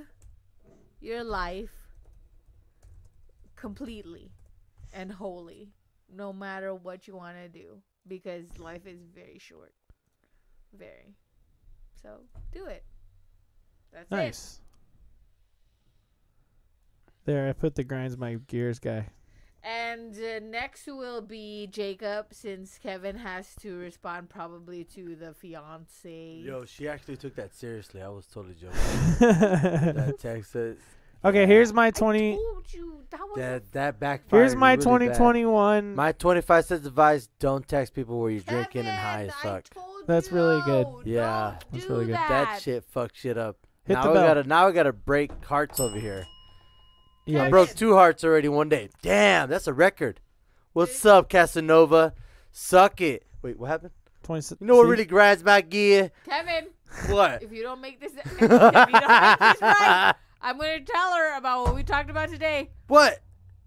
your life completely and wholly, no matter what you wanna do, because life is very short, very. So do it. That's it. Nice. There, I put the grinds my gears guy. And uh, next will be Jacob, since Kevin has to respond probably to the fiance. Yo, she actually took that seriously. I was totally joking. that Texas. okay, here's my I twenty. told you that was. That that backfired. Here's my really twenty bad. twenty one. My twenty five cents advice: Don't text people where you're Kevin, drinking and high as I fuck. told That's really good. you, Yeah. don't That's do really good. That. That shit fucked shit up. Hit now the we bell. gotta now we gotta break hearts over here. Yeah, I Kevin. like- broke two hearts already one day. Damn, that's a record. What's up, Casanova? Suck it. Wait, what happened? 20, You know what see? really grinds my gear? Kevin, What? if you don't make this, if you don't make this right, I'm gonna tell her about what we talked about today What?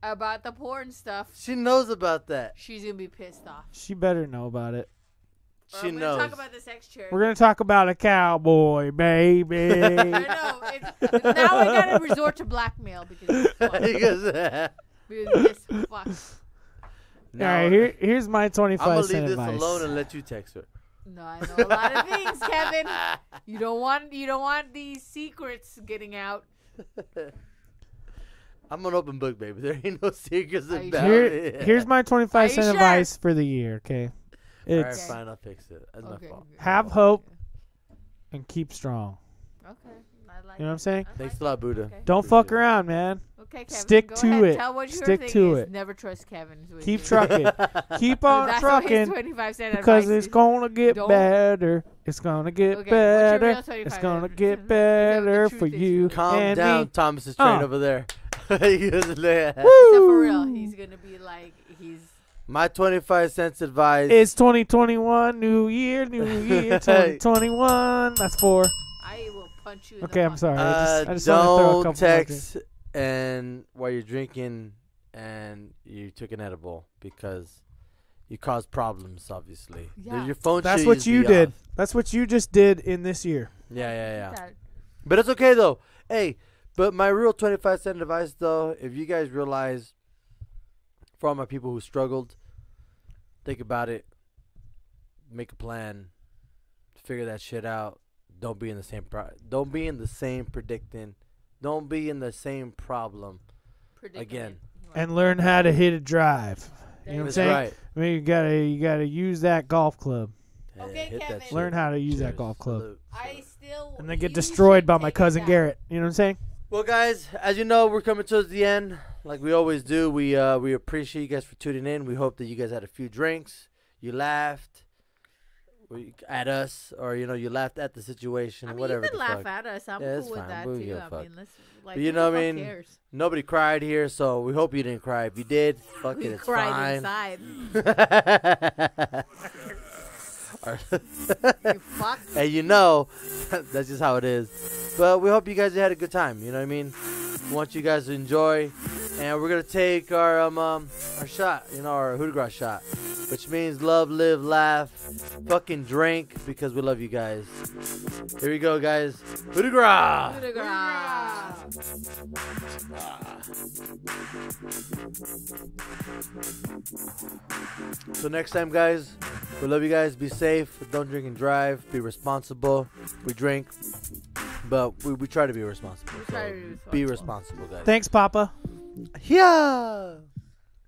about the porn stuff. She knows about that. She's gonna be pissed off. She better know about it. Or She I'm knows. gonna talk about the sex chair. We're gonna talk about a cowboy, baby. I know. It's, now we gotta resort to blackmail because it's fun. Because- Because this fuck. All No, right, here, here's my I'm gonna twenty-five leave cent this advice. alone and let you text her. No, I know a lot of things, Kevin. You don't want you don't want these secrets getting out. I'm an open book, baby. There ain't no secrets Are you about Here, it. here's my twenty-five Are you cent sure? advice for the year. Okay, All right, it's Okay. fine. I'll fix it. That's my fault. have hope and keep strong. Okay. I like You know what I'm it. saying? I Thanks like a lot, Buddha. Okay. Don't fuck around, man. it. Okay, Kevin. Stick go to ahead. it. Tell what your Stick thing to is. it. Never trust Kevin. is what Keep you- trucking. Keep on That's what his trucking 25 cent because advice it's is. gonna get Don't- better. It's gonna Okay, get what's your real better. 25 It's gonna cent? Is get that what better the for truth is, you really? Calm and down, me. Thomas's train Uh. over there. He was like- Except for real, Woo! he's gonna be like he's. my 25 cents advice. It's 2021, new year, new year, 2021. That's four. I will punch you. In the Okay, I'm fucking- sorry. I just, I Uh, just wanted to throw a don't couple more text and while you're drinking and you took an edible because you caused problems. Obviously, The- Yeah. your phone. drinks. That's should what just you be did. off. That's what you just did in this year. uh, Yeah, yeah, yeah. That- But it's okay though. Hey, but my real 25 cent advice though, if you guys realize, for all my people who struggled, think about it, make a plan, figure that shit out. Don't be in the same pro- Don't be in the same predicting. Don't be in the same problem. predicament. Again. Right. And learn how to hit a drive. You There know what I'm you That's saying? right. I mean, you gotta you gotta use that golf club. Yeah, Okay, hit that Kevin. shit. Learn how to use that Cheers. golf club. Salute. I Salute. still. and then get you destroyed should by my take it cousin back. Garrett. You know what I'm saying? Well, guys, as you know, we're coming towards the end, like we always do. We uh, we appreciate you guys for tuning in. We hope that you guys had a few drinks, you laughed we- at us, or you know, you laughed at the situation, I mean, whatever. you can the laugh fuck. at us. I'm Yeah, it's cool with fine. that We don't too. give a I fuck. mean, let's like. But you who know the what I fuck mean? Cares? Nobody cried here, so we hope you didn't cry. If you did, fuck We it, it's cried fine. inside. You fuck. and you know, that's just how it is. But we hope you guys had a good time. You know what I mean? We want you guys to enjoy, and we're gonna take our um, um our shot, you know, our Hood Gras shot, which means love, live, laugh, fucking drink because we love you guys. Here we go, guys. Hood Gras. Coup de grâce. So next time, guys, we love you guys. Be safe. Don't drink and drive. Be responsible. We drink, but we, we try to be responsible. try so to be be responsible, guys. Thanks, Papa. yeah.